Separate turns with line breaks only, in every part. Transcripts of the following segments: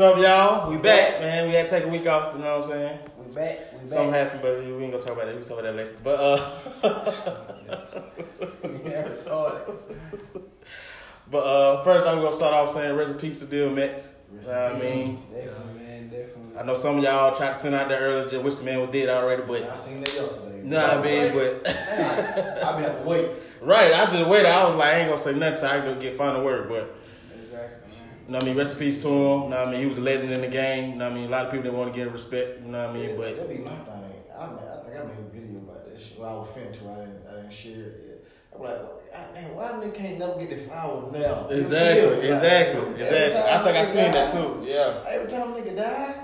up, y'all? We back, man. We had to take a week off. You know what I'm saying?
We back. We back.
Something happened, but we ain't gonna talk about that. We can talk about that later. But uh,
yeah, retarded.
but uh, first, I'm gonna start off saying rest in peace to Deal Max. You know what I mean,
Definitely, man. Definitely.
I know some of y'all tried to send out there earlier, just wish the man was dead already,
I
but
seen that yesterday.
you know what I mean. But
I be have to wait.
right, I just waited. I was like, I ain't gonna say nothing till I go get final word, but.
Exactly, man.
You know what I mean? Rest in peace to him. You know what I mean? He was a legend in the game. You know what I mean? A lot of people didn't want to give him respect. You know what I mean? But
that'd be my thing. I mean, I think I made a video about this. Shit. Well, I was finna to. I didn't. I didn't share it. Yet. I'm like, well, God damn, why nigga can't never get the flowers now? You feel
Exactly,
me? Like,
exactly,
every
exactly.
time
I think I
nigga
seen
die-
that too. Yeah.
Every time nigga die,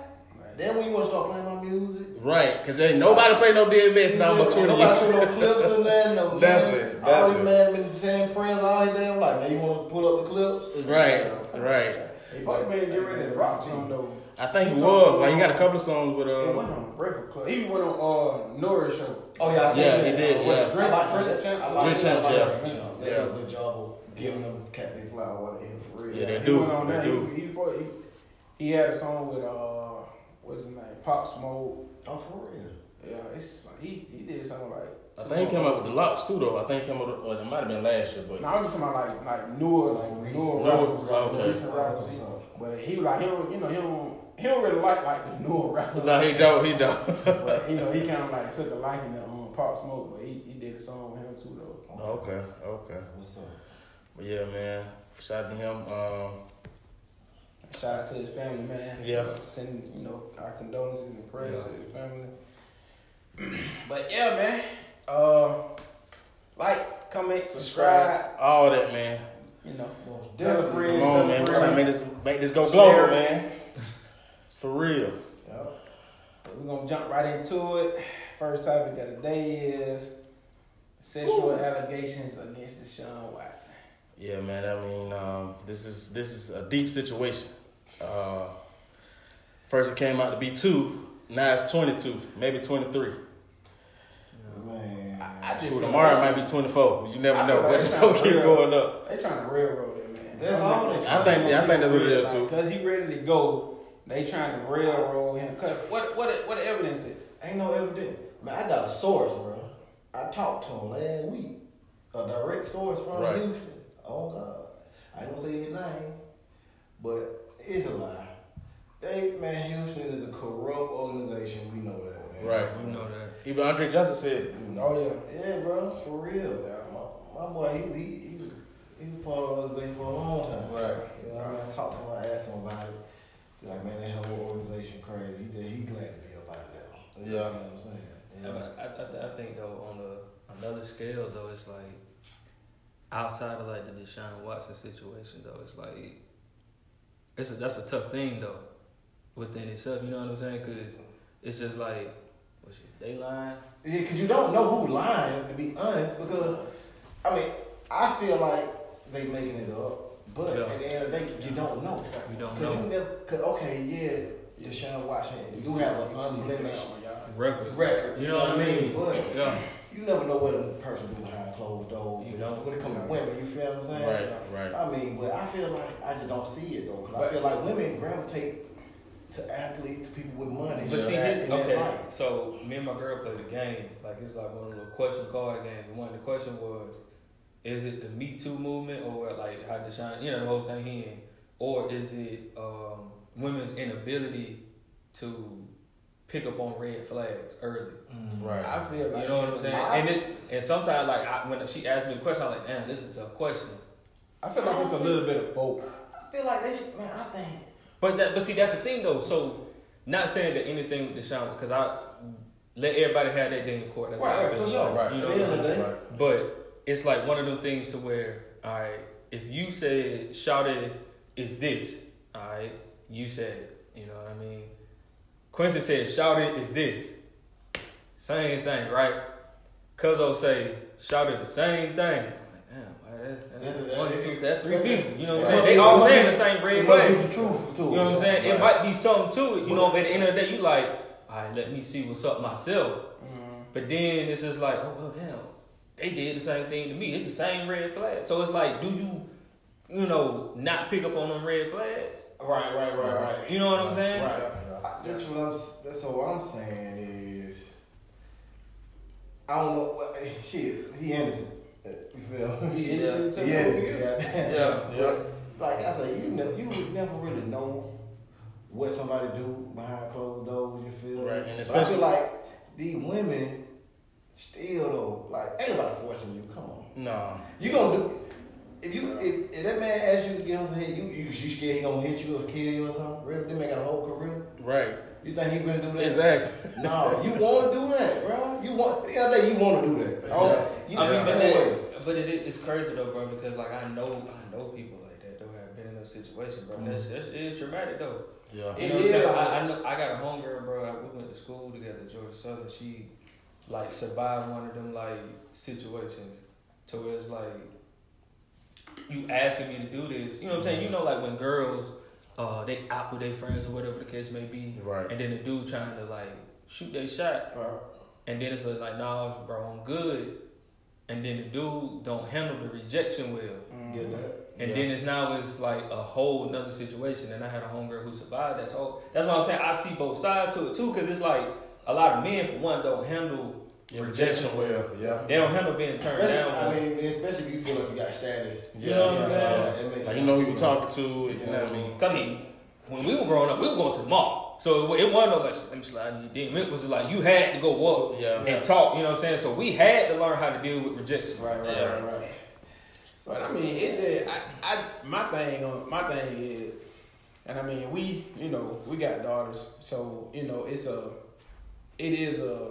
then when you want to start playing my music.
Right, cause ain't nobody play no DMX and I'm a twenty
Nobody
years.
show no clips or nothing. No
Definitely,
All
definitely.
these man been saying prayers all day. I'm like, man, you want to pull up the clips?
Right, right.
He
Fuck man, get ready to drop something though.
I think he was. Like he got a couple of songs with
He went
uh.
on Breakfast Club. He went on uh Norris show.
Oh yeah, I seen
Yeah,
that.
he did,
Uh,
yeah.
what, Drink,
I like
drink,
that.
I
Drink
like
champ,
that.
yeah.
They
Yeah.
did a good job of giving them cat they fly all in for real.
Yeah, they
he
do,
went on
they
there.
do.
He, he, fought- he, he had a song with uh what's his name? Pop Smoke.
I'm Oh, for real.
Yeah, it's he he did something like
I think he came out with the locks too though. I think he came out. With, well, it might have been last year,
No,
but
I'm just talking about like like newer like
Like recent-
newer
Newer,
rappers, like
Oh, okay.
recent
That's
rappers.
what's
He-
up.
But he like he don't you know he don't he don't really like like the newer rappers.
no, he don't. He don't.
but you know he kind of like took a liking to um Pop Smoke, but he, he did a song with him too though.
Oh, okay, okay.
What's up?
But yeah, man. Shout out to him. Um,
Shout out to his family, man.
Yeah.
Send, you know, our condolences and prayers to his family. but yeah, man. Uh, like, comment, subscribe.
all that, man.
You know,
Most
tell a
definitely.
friend,
Come
tell
on,
a
man. We're trying to
friend.
make this make this go
Share
global,
it.
man. For real.
Yeah. But We're going to jump right into it. First topic of the day is sexual allegations against Deshaun Watson.
Yeah, man. I mean, um, this is this is a deep situation. Uh, first, it came out to be two. Now it's twenty-two, maybe twenty-three.
Man.
I- I just-
Shoot, tomorrow it might be twenty-four. You never
I feel
know,
like
but
it's
it'll
not
keep
real.
going up.
They trying to railroad him, man.
That's all they-
I think- I think that's what it is, too.
Because he ready to go. They trying to railroad him. 'Cause what, what, what evidence is?
Ain't no evidence. Man, I got a source, bro. I talked to him last week. A direct source from
Right.
Houston. Oh God. I ain't gonna say his name, but it's a lie. They man, Houston is a corrupt organization. We know that, man.
Right.
So-
You know that.
Even Andre Johnson said,
Oh, yeah.
Yeah, bro, for real. My, my boy, he, he, he was he was part of the organization for a long
Right.
time. You know, what I, mean, I talked to him, I asked him about it. He Like, man, that whole organization crazy. He said he glad to be up out of there. You
Yeah.
know what I'm saying?
Yeah, but I, I, I think though on a, another scale though, it's like outside of like the Deshaun Watson situation though, it's like it's a that's a tough thing though within itself. You know what I'm saying? Cause it's just like well, shit, they lying.
Yeah, because you don't know who lying, to be honest, because, I mean, I feel like they making it up, but
Yeah.
at the end of the day, you don't know.
You don't
Because you
know.
never, cause, okay, yeah, Deshaun Washington, you do have an unblemished
Records.
record.
You know what I mean?
But
Yeah.
you never know what a person do behind closed doors.
You don't.
When it comes to women, you feel what I'm saying?
right, right,
I mean, but I feel like I just don't see it though, because I
But-
feel like women gravitate to athletes, to people with money.
But see,
that-
here,
in that
okay,
life.
so me and my girl played a game. Like it's like one of the little question card games. And one of the question was, is it the Me Too movement or like how Deshaun, you know, the whole thing he in, or is it um, women's inability to pick up on red flags early?
right.
I feel like
You know what I'm saying?
I,
And it, and sometimes like I, when she asked me the question, I'm like, damn, this is a tough question.
I feel like it's a little bit of both.
I feel like they should, man, I think.
But that, but see, that's the thing though. So, not saying that anything with Deshaun, because I let everybody have that day in court. That's how I
Right,
feel.
for sure.
Right.
You know
At
what
the
I'm
end of the day,
But it's like one of them things to where, all right, if you said shouted is this, all right, you said it. You know what I mean? Quincy said shouted is this. Same thing, right? Cuzzo say shouted the same thing. Damn, all right, that's, that's
That's-
one, two, that's three
that's-
people. You know what I'm
Right.
saying? They all
Right.
saying the same
There
red
might be some
flag.
truth to it.
You know what I'm saying? It
Right.
might be something to it. You know, but at the end of the day, you like, all right, let me see what's up myself.
Mm-hmm.
But then it's just like, oh well, damn, they did the same thing to me. It's the same red flag. So it's like, do you you know, not pick up on them red flags.
Right, right, right, right.
You know what I'm saying?
Right.
I- That's what I'm. s- That's what I'm saying is. I don't know. What, eh, shit, he innocent. Eh, You feel? me?
He innocent
He
too.
innocent.
Yeah.
But, Like I said, you ne- you would never really know what somebody do behind closed doors. You feel? me?
Right, and
But
especially-
I feel like these women still though. Like ain't nobody forcing you. Come on.
No.
You gonna do if you if, if that man asks you to get him some hit, you you, you scared he gonna hit you or kill you or something? Really? That man got a whole career.
Right.
You think he gonna do that?
Exactly.
No, you want to do that, bro. You want at the end of the day, you want to do that. Oh, you
I mean,
no
but,
way.
that, but it is, it's crazy though, bro, because like I know I know people like that though have been in those situations, bro. That's, that's it is traumatic though.
Yeah.
You know what I'm saying? I, I know I got a homegirl, bro. I, we went to school together, Georgia Southern. She like survived one of them like situations to where it's like you asking me to do this. You know what I'm saying? You know like when girls uh they out with their friends or whatever the case may be.
Right.
And then the dude trying to like shoot their shot.
Bro,
And then it's like, like, nah, bro, I'm good. And then the dude don't handle the rejection well.
get that.
Mm. And
Yeah.
then it's now it's like a whole nother situation. And I had a homegirl who survived. That's whole. That's what I'm saying. I see both sides to it too, because it's like a lot of men, for one, don't handle
Yeah,
rejection well.
Yeah.
They don't handle being turned
Especially,
down.
I mean, especially if you feel like you got status. Uh,
You know what I'm saying?
That makes
Like you know who you
sense.
talking to, you know what I mean?
Well, I mean, when we were growing up, we were going to the mall. So it, wa- it wasn't no like, let me slide in your DM. It was like you had to go walk
Yeah.
and talk. You know what I'm saying? So we had to learn how to deal with rejection.
Right, right,
Yeah.
right, right.
But I mean, it just I, I my thing on my thing is, and I mean we you know we got daughters, so you know it's a it is a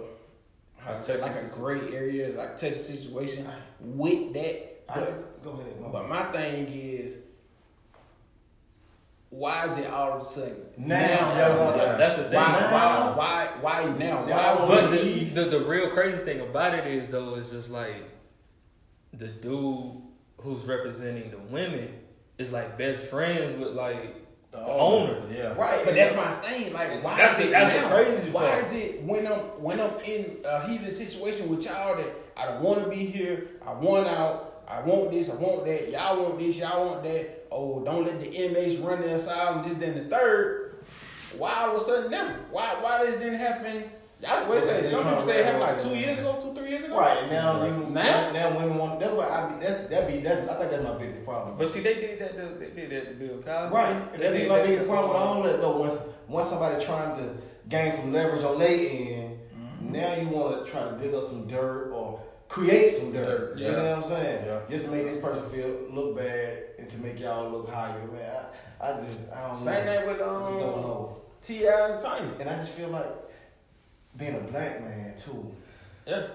how to say, like a gray area like touch situation with that.
I just go ahead.
But my thing is, why is it all of a sudden
Now,
Why,
yeah, yeah.
That's the thing.
why, why, why, now?
Yeah,
Why
But
would
the,
he?
the the real crazy thing about it is though is just like the dude who's representing the women is like best friends with like the owner.
Yeah.
Right, but that's my thing. Like, why
That's
is
the-
it
that's the
now?
crazy
Why
part.
is it when I'm when I'm in a heated situation with y'all that I don't want to be here, I want out, I want this, I want that, y'all want this, y'all want that. Oh, don't let the inmates run their side and this, then the third. Why all of a sudden now? Why why this didn't happen? Y'all always say some people say it happened like two years ago, two three years ago.
Right now, you
Now?
now, now women want. That's what I be. That that be. That's I think that's my biggest problem.
But see, they did that. To, they did that to Bill Cosby.
Right.
They
That be
did
my
that
biggest
to-
problem with all that though. Once once somebody trying to gain some leverage on their end, now you want to try to dig up some dirt or create some dirt. You know what I'm saying?
Yeah.
Just to make this person feel look bad and to make y'all look higher. Man, I, I just I don't
Same
know.
thing with
I just don't
um
know.
Ti and Tiny.
And I just feel like being a black man too.
Yeah.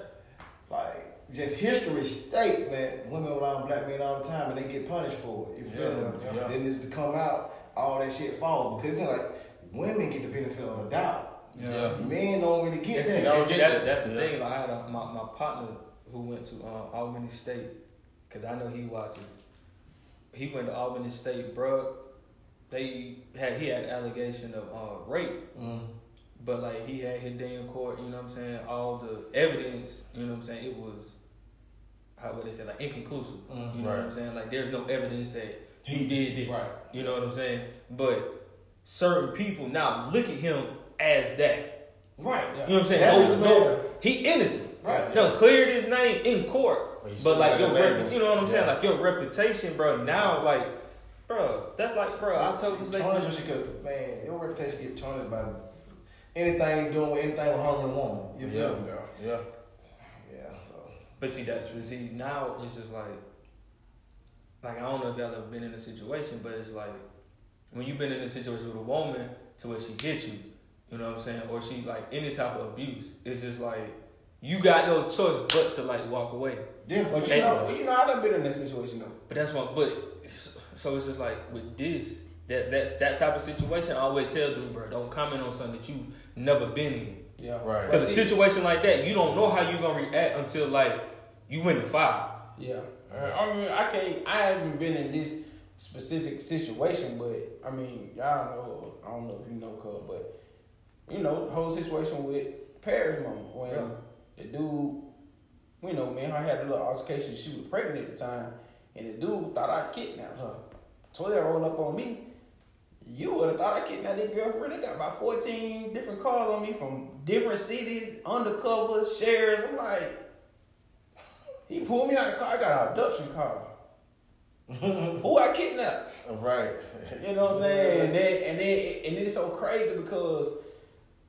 Like just history states, man, women around black men all the time and they get punished for it. You feel
Yeah,
me?
yeah.
Then it's to come out, all that shit falls because it's like women get the benefit of the doubt.
Yeah.
Men don't really get
And see,
that.
and see, that's, that's the
Yeah.
thing. Like I had a, my, my partner who went to um, Albany State, cause I know he watches. He went to Albany State, bro. They had he had allegation of uh, rape,
Mm.
but like he had his day in court. You know what I'm saying? All the evidence. You know what I'm saying? It was how would they say like inconclusive.
Mhm.
You know what I'm
Right.
saying? Like there's no evidence that he
He-
did this.
right.
You know what I'm saying? But certain people now look at him as that.
Right.
You know what I'm saying?
That
Oh,
was the
no,
matter.
he innocent.
Right.
No, cleared his name in court.
But he
But,
still
like
got
your
that label.
repu- you know what I'm saying?
Yeah.
Like your reputation, bro. Now, like, bro, that's like, bro. I told this lady,
Tarnish your shit, 'cause, man, your reputation get tarnished by anything you doing with anything with harming a woman. You feel me?
Yeah. Yeah.
Yeah. So
but see that's but see now it's just like, like I don't know if y'all ever been in a situation, but it's like when you've been in a situation with a woman to where she hit you, you know what I'm saying, or she like any type of abuse. It's just like you got no choice but to like walk away.
yeah,
But you know, you know, I done been in that situation though.
But that's one. But it's- so it's just like with this that that that type of situation. I always tell dude, bro, don't comment on something that you never been in.
Yeah.
Right.
Because a situation like that, you don't know how you gonna react until like you win the fight.
Yeah, Uh, I mean, I can't. I haven't been in this specific situation, but I mean, y'all know. I don't know if you know, Cub, but you know the whole situation with Paris mama when
Yeah.
the dude, you know, man, I had a little altercation. She was pregnant at the time, and the dude thought I kidnapped her. 12 rolled up on me, you would have thought I kidnapped that girlfriend. They got about 14 different calls on me from different cities, undercover, shares. I'm like, he pulled me out of the car. I got an abduction call. Who I kidnapped?
Right.
You know what I'm saying? And then, and then and it's so crazy because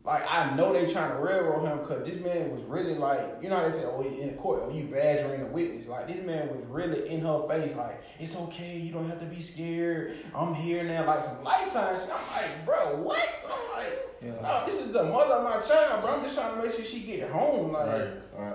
like I know they trying to railroad him because this man was really like you know how they say oh you in the court oh you badgering the witness like this man was really in her face like it's okay you don't have to be scared I'm here now like some lifetime shit I'm like bro what I'm like
Yeah.
no this is the mother of my child bro I'm just trying to make sure she get home like
Right. Right.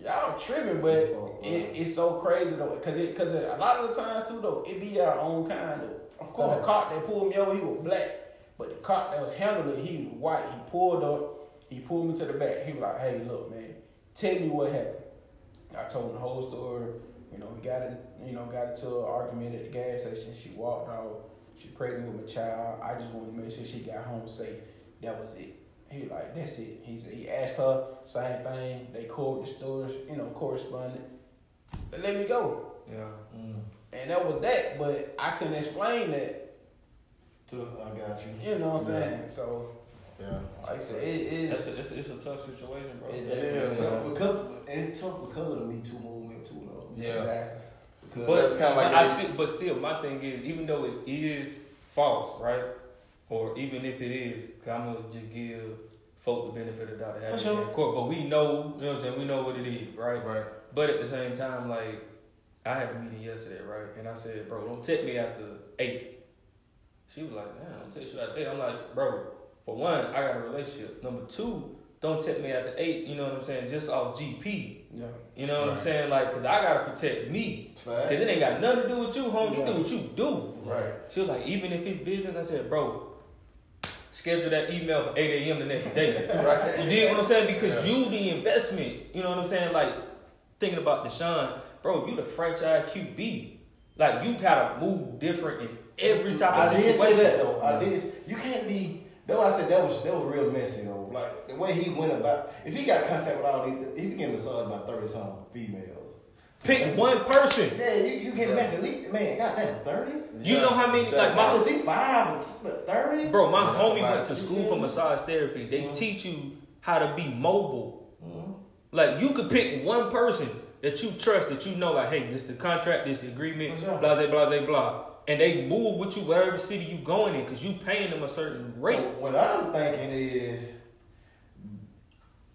y'all tripping, but it, it's so crazy though, cause it, cause it, a lot of the times too though, it be our own kind though. Of course, the cop that pulled me over, he was black, but the cop that was handling it, he was white. He pulled up, he pulled me to the back. He was like, "Hey, look, man, tell me what happened." I told him the whole story. You know, we got in, you know, got into an argument at the gas station. She walked out. She pregnant with my child. I just wanted to make sure she got home safe. That was it. He was like, that's it. He said he asked her same thing. They called the stores, you know, corresponded. They let me go,
Yeah.
Mm.
and that was that. But I couldn't explain that.
To, I got you.
You know what I'm saying? So,
Yeah.
like I said, it is.
That's a, it's, it's a tough situation, bro.
It
It-
is.
Yeah.
uh, Because it's tough because of the Me Too movement too though.
Yeah.
Exactly.
Because
But
That's kinda like
but I
it-
still, but still, my thing is, even though it is false, right? Or even if it is, cause I'm gonna just give folk the benefit of the doubt. to have
For
it
sure.
in court, but we know, you know what I'm saying? We know what it is, right?
Right.
But at the same time, like I had a meeting yesterday, right? And I said, bro, don't text me after eight. She was like, damn, don't text you after eight. I'm like, bro, for one, I got a relationship. Number two, don't text me after eight. You know what I'm saying? Just off GP.
Yeah.
You know what I'm
Right.
saying? Like, cause I gotta protect me. Cause it ain't got nothing to do with you, homie. You do what you do.
Right.
She was like, even if it's business, I said, bro, schedule that email for 8 a.m. the next day.
Right.
You did what I'm saying? Because you the investment. You know what I'm saying? Like, thinking about Deshaun, bro, you the franchise QB. Like, you gotta move different in every type of
I did
situation.
say that though. I did. You can't be. Though I said that was that was real messy though. Like the way he went about. If he got contact with all these, he became massaged by thirty some females.
Pick one person.
Yeah, you you get messy. Le- Man, goddamn thirty.
You know how many, like,
Why
my
was he five? Thirty.
Bro, my
Yeah, that's
homie
a lot.
went to school for massage therapy. They teach you how to be mobile. Like you could pick one person that you trust that you know, like, hey, this the contract, this the agreement,
For sure.
blah blah blah blah blah. And they move with you whatever city you going in because you paying them a certain rate.
So what I'm thinking is,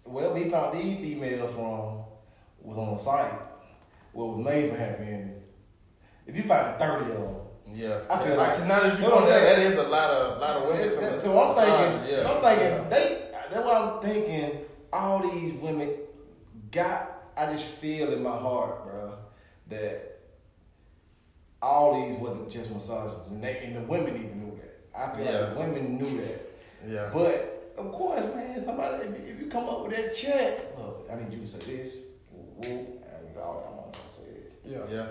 where we found these females from was on a site what was made for happy ending. If you find thirty of them,
Yeah.
I feel like-
I cannot as you
You know what
know
I'm
that.
saying?
That is a lot of lot of women.
That's-
to
that's-
mas-
so I'm
massage,
thinking,
yeah.
I'm thinking they. That's what I'm thinking. All these women got. I just feel in my heart, bro, that all these wasn't just massages, and, they, and the women even knew that. I feel like
Yeah.
the women knew that.
Yeah.
But of course, man, somebody if you, if you come up with that check, look, I need you to say this. Woo, woo, and all I'm gonna say this.
Yeah.
Yeah.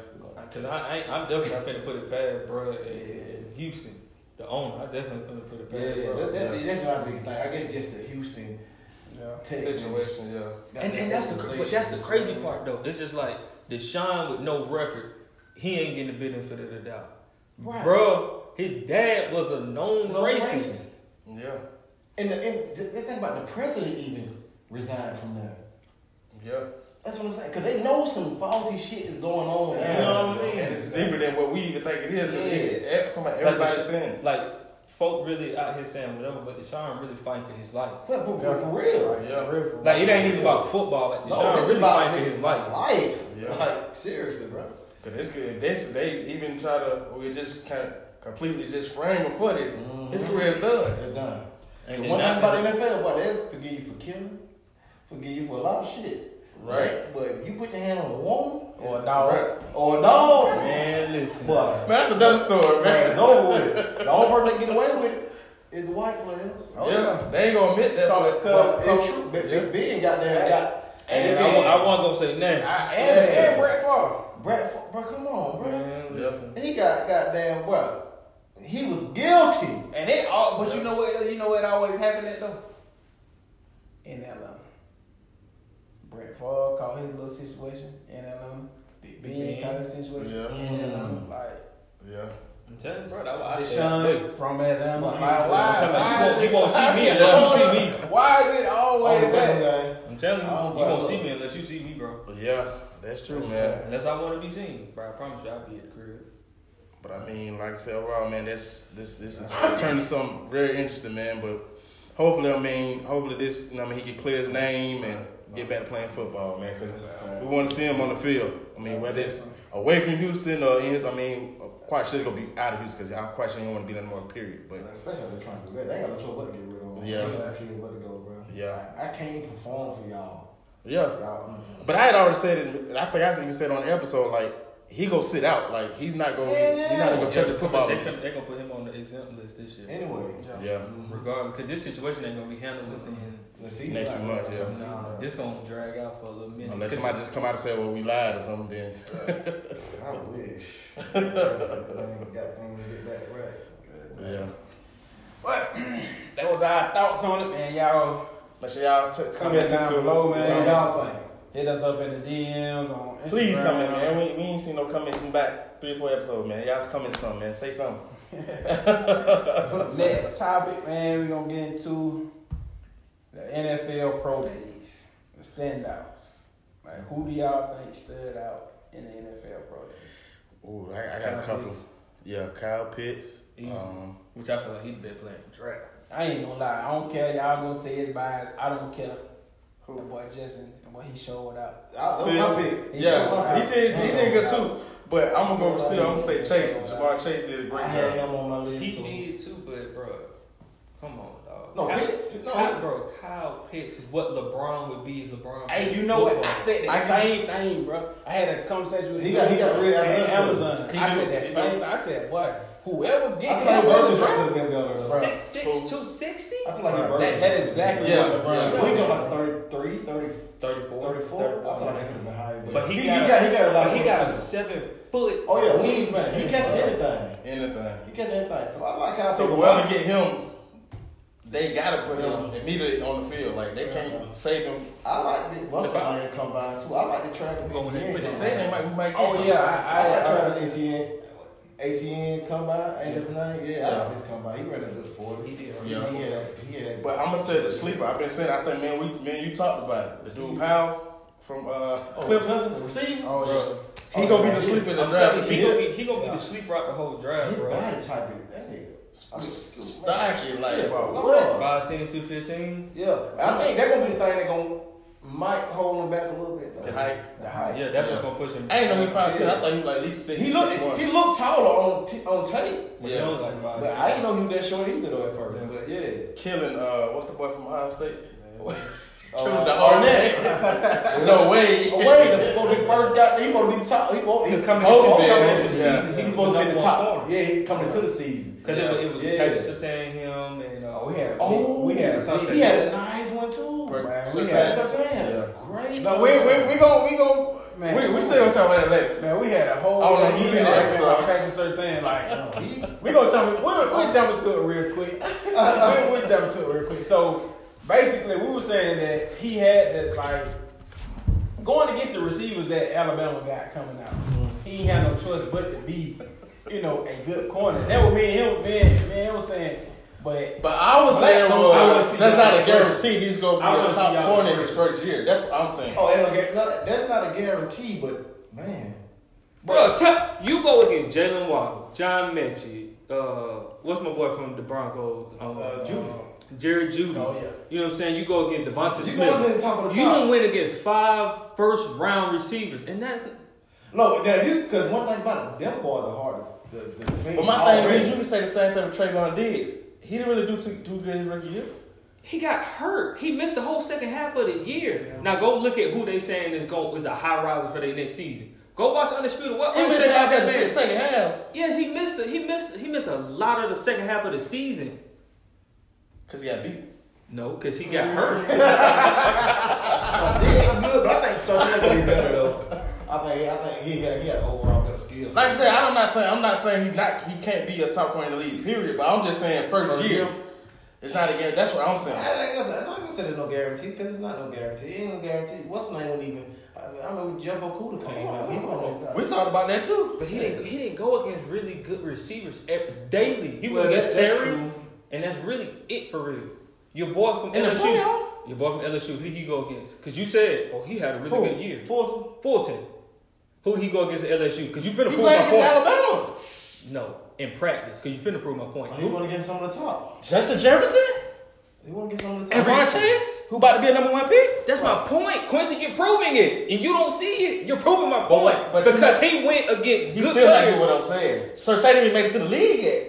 Cause I, I ain't, I'm definitely not finna put it past, bro. In, in Houston, the owner, I definitely finna put it
Yeah,
past, bro.
that, that, that's not the biggest thing. I guess just the Houston,
Yeah.
Texas
Situation. Yeah.
And, and that's the but that's the crazy part though. It's just like Deshaun with no record, he ain't getting the benefit of the doubt.
Right.
Bro, his dad was a known,
Known
racist.
racist.
Yeah.
And the, and the, the thing about the president even resigned from there.
Yeah.
That's what I'm saying. Cause they know some faulty shit is going on.
You
there.
know what I mean?
And it's deeper than what we even think it is. 'cause it-
Yeah.
ev- talking about
Like,
everybody's
Desha-
saying.
Like folk really out here saying whatever, but Deshaun really fighting for his life.
But for, for- for real.
Yeah.
Like it ain't even about football. Like
No,
Deshaun
this
really
about
fighting for his
niggas'
life.
life.
Yeah.
Like seriously, bro.
Cause this, if this, they even try to, we just kind of completely just frame him for this. His career is done.
They're done.
And
the
then
one thing
after
about the NFL, boy, they forgive you for killing, forgive you for a lot of shit.
Right.
But you put your hand on a woman
Or a
it's
dog.
wrap. or a dog,
Man, listen.
boy,
Man, that's another story,
man,
man.
it's over with. The only person that get away with it is the white players.
Oh,
yeah,
yeah.
they ain't gonna admit that.
Cause-
But,
Well,
cause-
it's true. Big, Big Ben got there. Got,
And
and,
I, wa-
and,
I wasn't gonna say nothing.
I, and,
Yeah.
and Brett Favre.
Brett, F- bro, come on, bro.
Man,
Yeah.
listen.
He got goddamn bro. He was guilty.
And it all, but you know what? You know what always happened at though. In Atlanta, Brett Favre caught his little situation in Atlanta. Big
Ben.
Ben caught his situation
Yeah.
in Atlanta. Like
yeah,
I'm telling you, bro. That's why I said, wait.
Deshaun from Atlanta.
Why-
Why?
I'm
Why?
talking
why
about, you, won't, you won't see me
is it-
unless you see me.
Why is it always
Only
that?
thing, man.
I'm telling you,
I don't
you won't
buy
see
it.
me unless you see me, bro.
But yeah, that's true, man.
Unless I want to be seen, bro. I promise you, I'll be at the crib.
But I mean, like I said, overall, man, that's this this is turning something very interesting, man. But hopefully, I mean, hopefully this, you know, I mean, he can clear his name and get back to playing football, man. Because we want to see him on the field. I mean, whether it's away from Houston or in, I mean, quite sure he's gonna be out of Houston because I'm quite sure he don't want to be there no more. Period. But
Especially if they're trying to do that. They ain't got no choice but to get rid of him.
Yeah.
They ain't got no choice but to go, bro.
Yeah.
I, I can't even perform for y'all.
yeah,
Y'all. mm.
but I had already said it. and I think I even said on the episode like he go sit out. Like he's not gonna he's not gonna touch the football.
They're they gonna put him on the exempt list this year.
Anyway. Mm-hmm.
Yeah.
Regardless, because this situation ain't gonna be handled within.
Let's see.
Next few months, yeah.
Nah, this gonna drag out for a little minute.
Unless somebody just come out and say, "Well, we lied" or something, then
I wish. I ain't got things to get back right.
yeah.
But that was our thoughts on it, man. Y'all
Make sure y'all t-
comment down below,
What
man.
y'all think?
Hit us up in the DMs on Instagram.
Please comment, man. We, we ain't seen no comments in back three or four episodes, man. Y'all comment something, man. Say something.
Next topic, man, we're gonna get into the NFL Pro Days, the standouts. Like, who do y'all think stood out in the NFL Pro Days?
Ooh, I, I got
Kyle
a couple.
Pitts.
Yeah, Kyle Pitts.
Easy.
Um,
Which I feel like he's the best player in the draft.
I ain't gonna lie, I don't care. Y'all gonna say his bias. I don't care. That boy Justin and what he showed out.
I, that was my pick.
He showed
yeah,
out.
he did. He
He
did good
showed
too. But I'm gonna go
He
still. I'm gonna say
showed
Chase.
out.
Jamar Chase did a great
I had
job.
him on my list too.
He did too, but bro, come on, dog.
No,
Kyle,
Pitt- no,
Kyle,
he-
bro, Kyle Pitts is what LeBron would be if LeBron.
Hey,
played
you know what?
football.
I said the
I can-
same thing, bro. I had a conversation with
He got- he got real
on
athleticism.
Amazon.
He
I
do.
said that
He
same thing. I said, what? Whoever
I
get
feel
him on
like
the
Burger
draft,
could have been better.
Six six
Cool.
two sixty.
I feel like he
that,
burned.
that is exactly
Yeah,
what LeBron
yeah.
We
was.
got like 33, 30,
34.
34. I feel like that could have been higher.
But he,
he,
got,
got, he got a lot
but
of
He
weight,
got a
too.
seven foot.
Oh yeah, wings man. He catch anything.
Anything.
He catch anything. So I like how
So
people-
whoever get him, they gotta put him immediately on the field. Like they can't save him.
I like the Buffalo
Devon.
man come by too. I like the track and
But when they-
ATN
but
They
come
say
by.
they might. We might get
Oh
him.
yeah,
I,
I, I,
like
I,
Travis ATN. ATN come by, ain't his name? Yeah, I like this come by. He ran a good four.
He did.
He
Yeah.
had, he had.
But I'm gonna say the sleeper. I've been saying. I think man, we man, you talked about it. The dude Powell from uh,
Oh,
Clemson.
the receiver.
oh,
Bro,
yeah.
He gonna be the sleeper in the
I'm telling
draft.
you, he
He
gonna be he gonna be the sleeper out the whole
He
draft, bro.
body type it. That nigga. I'm
s-
just-
stocky like.
Yeah, bro. What?
Five ten two fifteen.
Yeah, I think that's gonna be the thing that gonna might hold him back a little bit. Though.
The height.
The height.
Yeah, that's
Yeah.
what's gonna push him.
I ain't know he five ten. I thought he was like at least six.
He looked
six, one.
he looked taller on t- on tape,
But
Yeah.
he only like five.
but I didn't know he was that short either though at first.
Yeah.
But yeah.
killing. Uh, what's the boy from Ohio State? Killing
Uh,
the
Arnett.
Arnett. Oh, no way.
Oh, wait, the- when we first got there, he supposed to be the top. He supposed
Because
he's
coming
Oh,
into
man.
coming into the
Yeah.
season,
He's supposed to be the top. Yeah, he coming into the season.
Because
Yeah.
it, was- it was
Yeah.
Patrick Sertan, him, and uh,
Oh, we had.
Oh,
we had a
Asante.
He had a nice one too.
Bro,
Oh, man. We
Sertan.
had Sertan.
Yeah.
Great.
No, we we we gon' we gon' man.
We we still gonna talk about that later.
man. We had a whole.
I don't know if you
he
seen
had
the
everything about
episode.
Patrick Surtain, like.
He-
We gonna jump. in- We'll, we'll jump into it real quick. we'll, we'll jump into it real quick. So basically, we were saying that he had that like going against the receivers that Alabama got coming out. He ain't had no choice but to be, you know, a good corner. That was me and him. Man, man, I was saying, but
But I was
Black
saying,
don't
well,
say what's he
that's
got
not a
first.
guarantee he's gonna
I
be a
wanna see
top
y'all
corner in
first.
his first year. That's what I'm saying.
Oh, that's not, no, that's not a guarantee, but man,
Bro, tell, you go against Jalen Waddle, John Mechie, uh, what's my boy from the Broncos? Um,
uh, Judy.
Jerry Judy.
Oh, yeah.
You know what I'm saying? You go against Devonta
You
Smith.
going to the top of the
you
top.
done went against five first round receivers, and that's
No, now you because one thing about it, them boys are hard to, to, to defend.
But my thing
already.
is, you can say the same thing with Trayvon Diggs. He didn't really do too, too good his rookie year.
he got hurt. He missed the whole second half of the year. Now go look at who they saying is go is a high riser for their next season. Go watch Undisputed. What
He missed
Undisputed
half
that
at the se-
man-
second half
Yes, he missed it. He missed he missed a lot of the second half of the season.
because he got beat.
No, because he got hurt.
Now, Diggs is good, but I think Sertan gonna be better though. I think I think he had he had an overall better skill.
Like I said, I'm not saying I'm not saying he not he can't be a top corner in the league. Period. But I'm just saying first,
First
year,
year.
it's not a game. That's what I'm saying.
I, like I said, I'm not gonna say there's no guarantee because it's not no guarantee. It ain't no guarantee. What's the name? Wouldn't even. I mean, I remember Jeff Okuda came out. He wasn't like
We talked about that too.
But he didn't he didn't go against really good receivers ev- daily. He was
Well,
against
that- that's
Terry,
true.
and that's really it for real. Your boy from
In the
LSU,
playoff?
your boy from LSU, who did he go against? Because you said, oh, he had a really good year.
Fourth.
Fulton, who did he go against at LSU? Because you finna
He
prove
played
my
against
point.
Alabama.
No, in practice, because you finna prove my point.
He won against some of the top.
Justin Jefferson
He won against some of the
and
top.
Ron Chase, who about to be a number one pick.
That's my point, Quincy. You're proving it, and you don't see it. You're proving my
But
point
wait, but you
because he went against
You
good
still not
players.
get what I'm saying. Sir Tatum didn't make it to the league yet.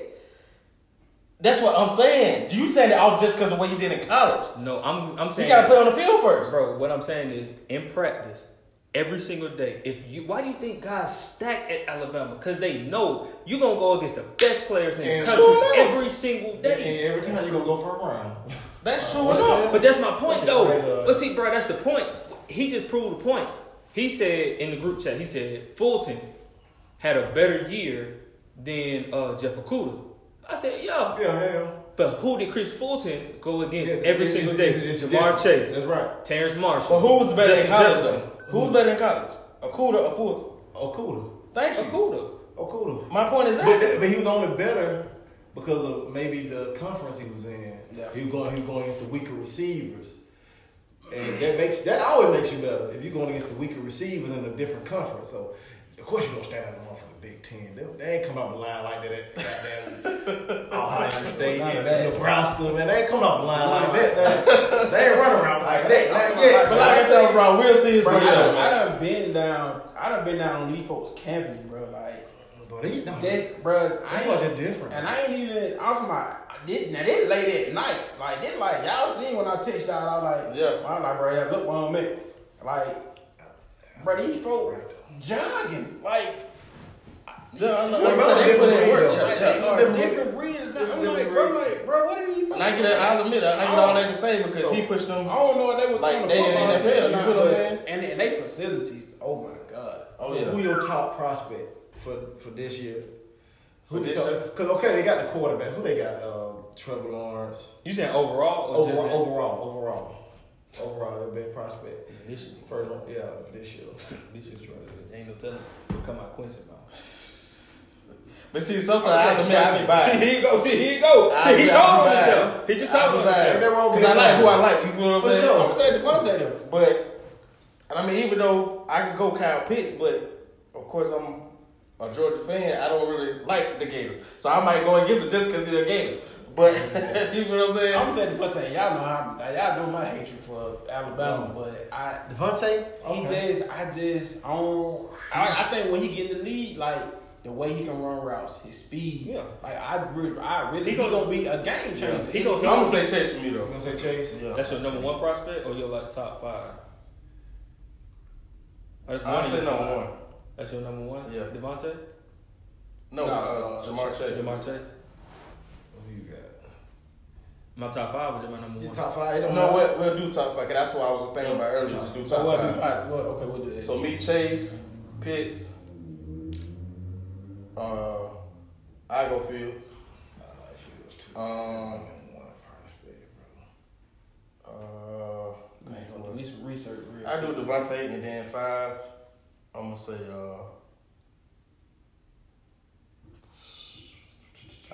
That's what I'm saying. Do you saying that off just because of what he did in college?
no, I'm I'm
You
saying
gotta put on the field first.
Bro, what I'm saying is, in practice, every single day, if you, why do you think guys stack at Alabama? Because they know you're gonna go against the best players in
And
the country
sure enough.
every single
And
day.
every time you gonna go for a round.
That's true enough.
But that's my point,
Shit,
though.
right, uh,
But see, bro, that's the point. He just proved the point. He said in the group chat, he said Fulton had a better year than uh, Jeff Okuda. I said, yo.
Yeah, yeah, yeah.
But who did Chris Fulton go against
Yeah,
every
it's-
single day?
it's- it's- it's
Jamar
different.
Chase.
That's right.
Terrence Marshall.
But who was better in
Justin
college
Jefferson.
though? Who was better in college? A cooler or Fulton?
Okuda.
Thank you.
Okuda.
Okuda.
My point is
But,
that
that- but he was only better because of maybe the conference he was in. He was going he was going against the weaker receivers. And that makes that always makes you better if you're going against the weaker receivers in a different conference. So of course you're gonna stand out in one from the Big Ten. They, they ain't come out the line like that at goddamn Ohio State
None of
and
that.
Nebraska, man. They ain't come out the line like that. They, they ain't running around like that. Like, yeah,
but like I said, bro, we'll see it for
Bro, I, done, I
sure.
done been down. I done been down on these folks' campus, bro. Like
but he no,
just, bro. I
that
ain't-
wasn't different.
And I ain't even. I was my. I did now. This late at night. Like this, like y'all seen when I text y'all. I was like,
Yeah.
I was like, bro, yeah, look where I'm at. Like, bro, these folks jogging. Like,
Yeah, I know.
Well,
Like I said, they put
bro,
in
different
work.
though.
Yeah,
like
yeah.
they are different breeds. of time. I'm like, bro, like, bro, what are you?
And I get, it, I'll admit, I get all that to say because he pushed them.
I don't know what they was
Like,
doing
they
football
in the NFL,
team
you
or not,
feel what I'm
but-
saying?
And, and they facilities. Oh my god.
Oh,
Yeah.
Who your top prospect for for this year? Who
For this year?
Because okay, they got the quarterback. Who they got? Uh, Trevor Lawrence.
You saying overall or
Oh,
Overall,
just
overall, overall, overall, their best prospect.
this year?
First round, yeah, for this year.
This year's right. Ain't no telling. It'll come out Quincy mouth.
But see, sometimes I admit I be
See,
biased.
here you go. See, here you go.
I
see, he
be- I be
told on
biased.
himself. He just
I
told
be
on
biased.
himself.
wrong with
Because I
being
like who I
biased.
like. You feel what I'm
For
saying?
sure.
I'm saying, I'm saying that.
But and I mean, even though I could go Kyle Pitts, but of course I'm a Georgia fan. I don't really like the Gators, so I might go against it just because he's a Gator. But you know what I'm saying?
I'm saying, I'm saying, y'all know how y'all know my hatred for Alabama, but I
Devontae,
He just, I just, I don't. I, I think when he get in the lead, like the way he can run routes, his speed,
Yeah.
like I really, I really,
He
he,
gonna-
gonna, be a game changer.
He gonna-
I'm gonna say Chase for me
You
though.
gonna say Chase?
Yeah.
That's your number one prospect or your like top five? Or that's
I
of
say
your top
number
five?
one.
That's your number one.
Yeah.
Devontae.
No,
No, uh,
uh,
Jamar Chase.
Jamar Chase.
Who you got?
My top five was my number
Your
one.
top five? It don't
No,
matter.
we'll, we'll do top five. 'cause that's what I was thinking about earlier. Just do
So
top
what?
five.
do five? What? Okay, we'll do that.
So me, Chase, Pitts, uh, I go Fields.
I like Fields too.
Um,
Number one prospect, bro.
uh,
man, gonna do me some research. Real
I do Devontae and then five. I'm gonna say uh,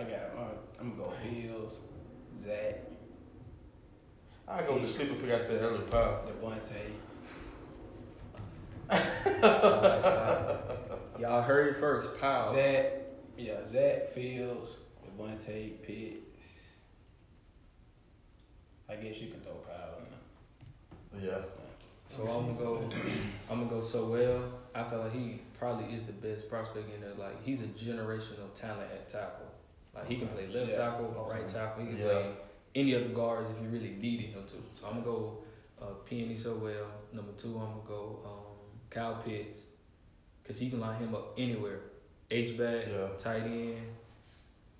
I got. Uh, I'm gonna go Hills, Zach,
I go with the sleeper pick I said earlier. Pop.
Devontae.
Y'all heard it first. Pow.
Oh.
Zach, yeah, Zach Fields, Devontae Pitts. I guess you can throw Powell in there.
Yeah.
So I'm gonna go. I'm gonna go so well. I feel like he probably is the best prospect in there. Like he's a generational talent at tackle. Like he can play left
Yeah.
tackle, right tackle. He can
Yeah.
play any of the guards if you really needed him to. So I'm gonna go uh, Peony so well. Number two, I'm gonna go um, Kyle Pitts because you can line him up anywhere. H back,
Yeah.
tight end,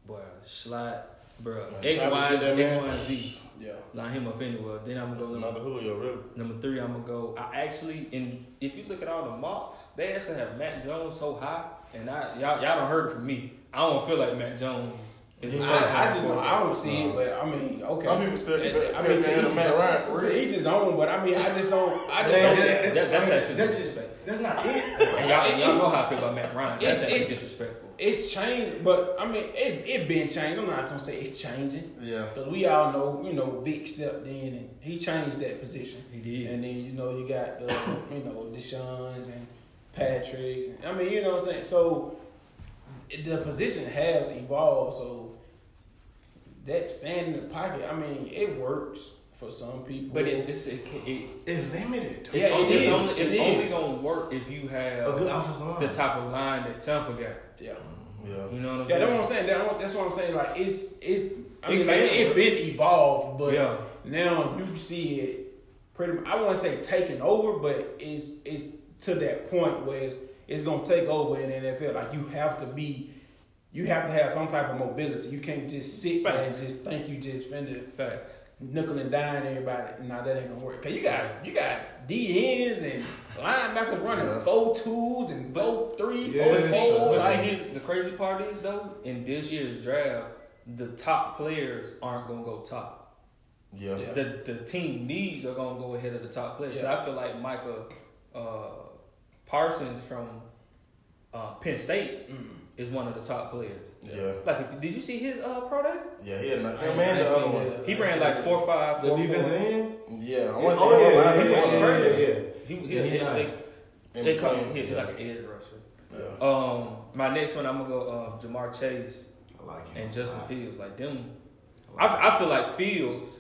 boy, slot, bro,
Man,
H
Travis
Y,
did that,
X
man.
Y and Z.
Yeah.
Line him up anywhere. Then I'm gonna
That's
go number
another Julio, really.
Number three, I'm gonna go. I actually, and if you look at all the mocks, they actually have Matt Jones so high, and I y'all y'all don't heard it from me. I don't feel like Matt Jones. Is
Yeah.
I, I just don't, I don't see it, but I mean, okay.
Some people still
And-
compare-
I mean,
compare
to
him
each,
to Matt Ryan for
to
real.
each his own, but I mean, I just don't. I just
Yeah,
don't.
yeah, yeah.
That, that's
I mean,
actually
that's just- That's not it.
And y'all, and y'all
It's-
know how I feel about Matt Ryan. That's
it's-
actually
it's-
disrespectful.
It's changed, but I mean, it it been changed. I'm not gonna say it's changing
Yeah.
because we all know, you know, Vic stepped in and he changed that position.
He did.
And then you know you got the you know Deshaun's and Patrick's. And, I mean, you know what I'm saying. So the position has evolved. So that standing in the pocket, I mean, it works for some people.
But it's it's it, can- it,
It's limited.
it's,
Yeah, it
only,
is.
it's only it's
It
only
is.
gonna work if you
A
have
good offensive line.
the type of line that Tampa got.
yeah.
Yeah.
You know what I'm
Yeah, that's what I'm
saying?
saying. That- That's what I'm saying. Like it's it's. I
It
mean, like
can.
it, it been evolved, but
Yeah.
now you see it pretty. mu- I wouldn't say taking over, but it's it's to that point where it's, it's gonna take over in the NFL. Like you have to be, you have to have some type of mobility. You can't just sit there and just think you just finna
Facts.
nickel and dime everybody. Nah, that ain't gonna work. Cause you got you got DNs and linebackers running
Yeah.
four twos and four three, four
Yes,
four.
But see,
like-
here's, the crazy part is though, in this year's draft, the top players aren't gonna go top.
Yeah.
Yeah.
the the team needs are gonna go ahead of the top players.
Yeah.
I feel like Micah uh, Parsons from uh, Penn State
Mm-hmm.
is one of the top players.
Yeah.
Like, if, did you see his uh, pro day?
Yeah. He had a, him and the other one.
He ran like four five,
The
four
defense
four.
end?
Yeah. I want to
Oh,
say
yeah,
line,
yeah,
he
yeah,
went
yeah,
crazy.
yeah, yeah.
He, he,
Yeah, he
they-
nice.
they,
In
they call him
between,
he,
yeah.
like an edge rusher.
Yeah.
Um, my next one, I'm gonna go uh, Jamar Chase
I like him.
and Justin Fields. Like them,
I,
I, I feel like Fields.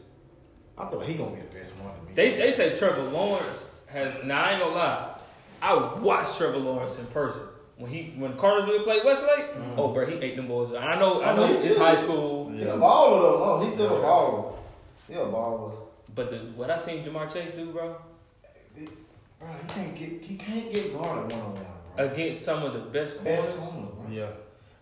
I feel like he gonna be the best one to me.
They they say Trevor Lawrence has. Now I ain't gonna lie, I watched Trevor Lawrence in person when he when Cartersville played Westlake. Oh, bro, he ate them boys. up. I know, I
Oh,
know,
he
it's
did.
high school,
He's a baller though. Oh, he's still a baller. He a baller.
but the, what I seen Jamar Chase do, bro,
Bro, he can't get he can't get guarded one on one, bro.
against some of the best corners.
Best corner, bro.
Yeah.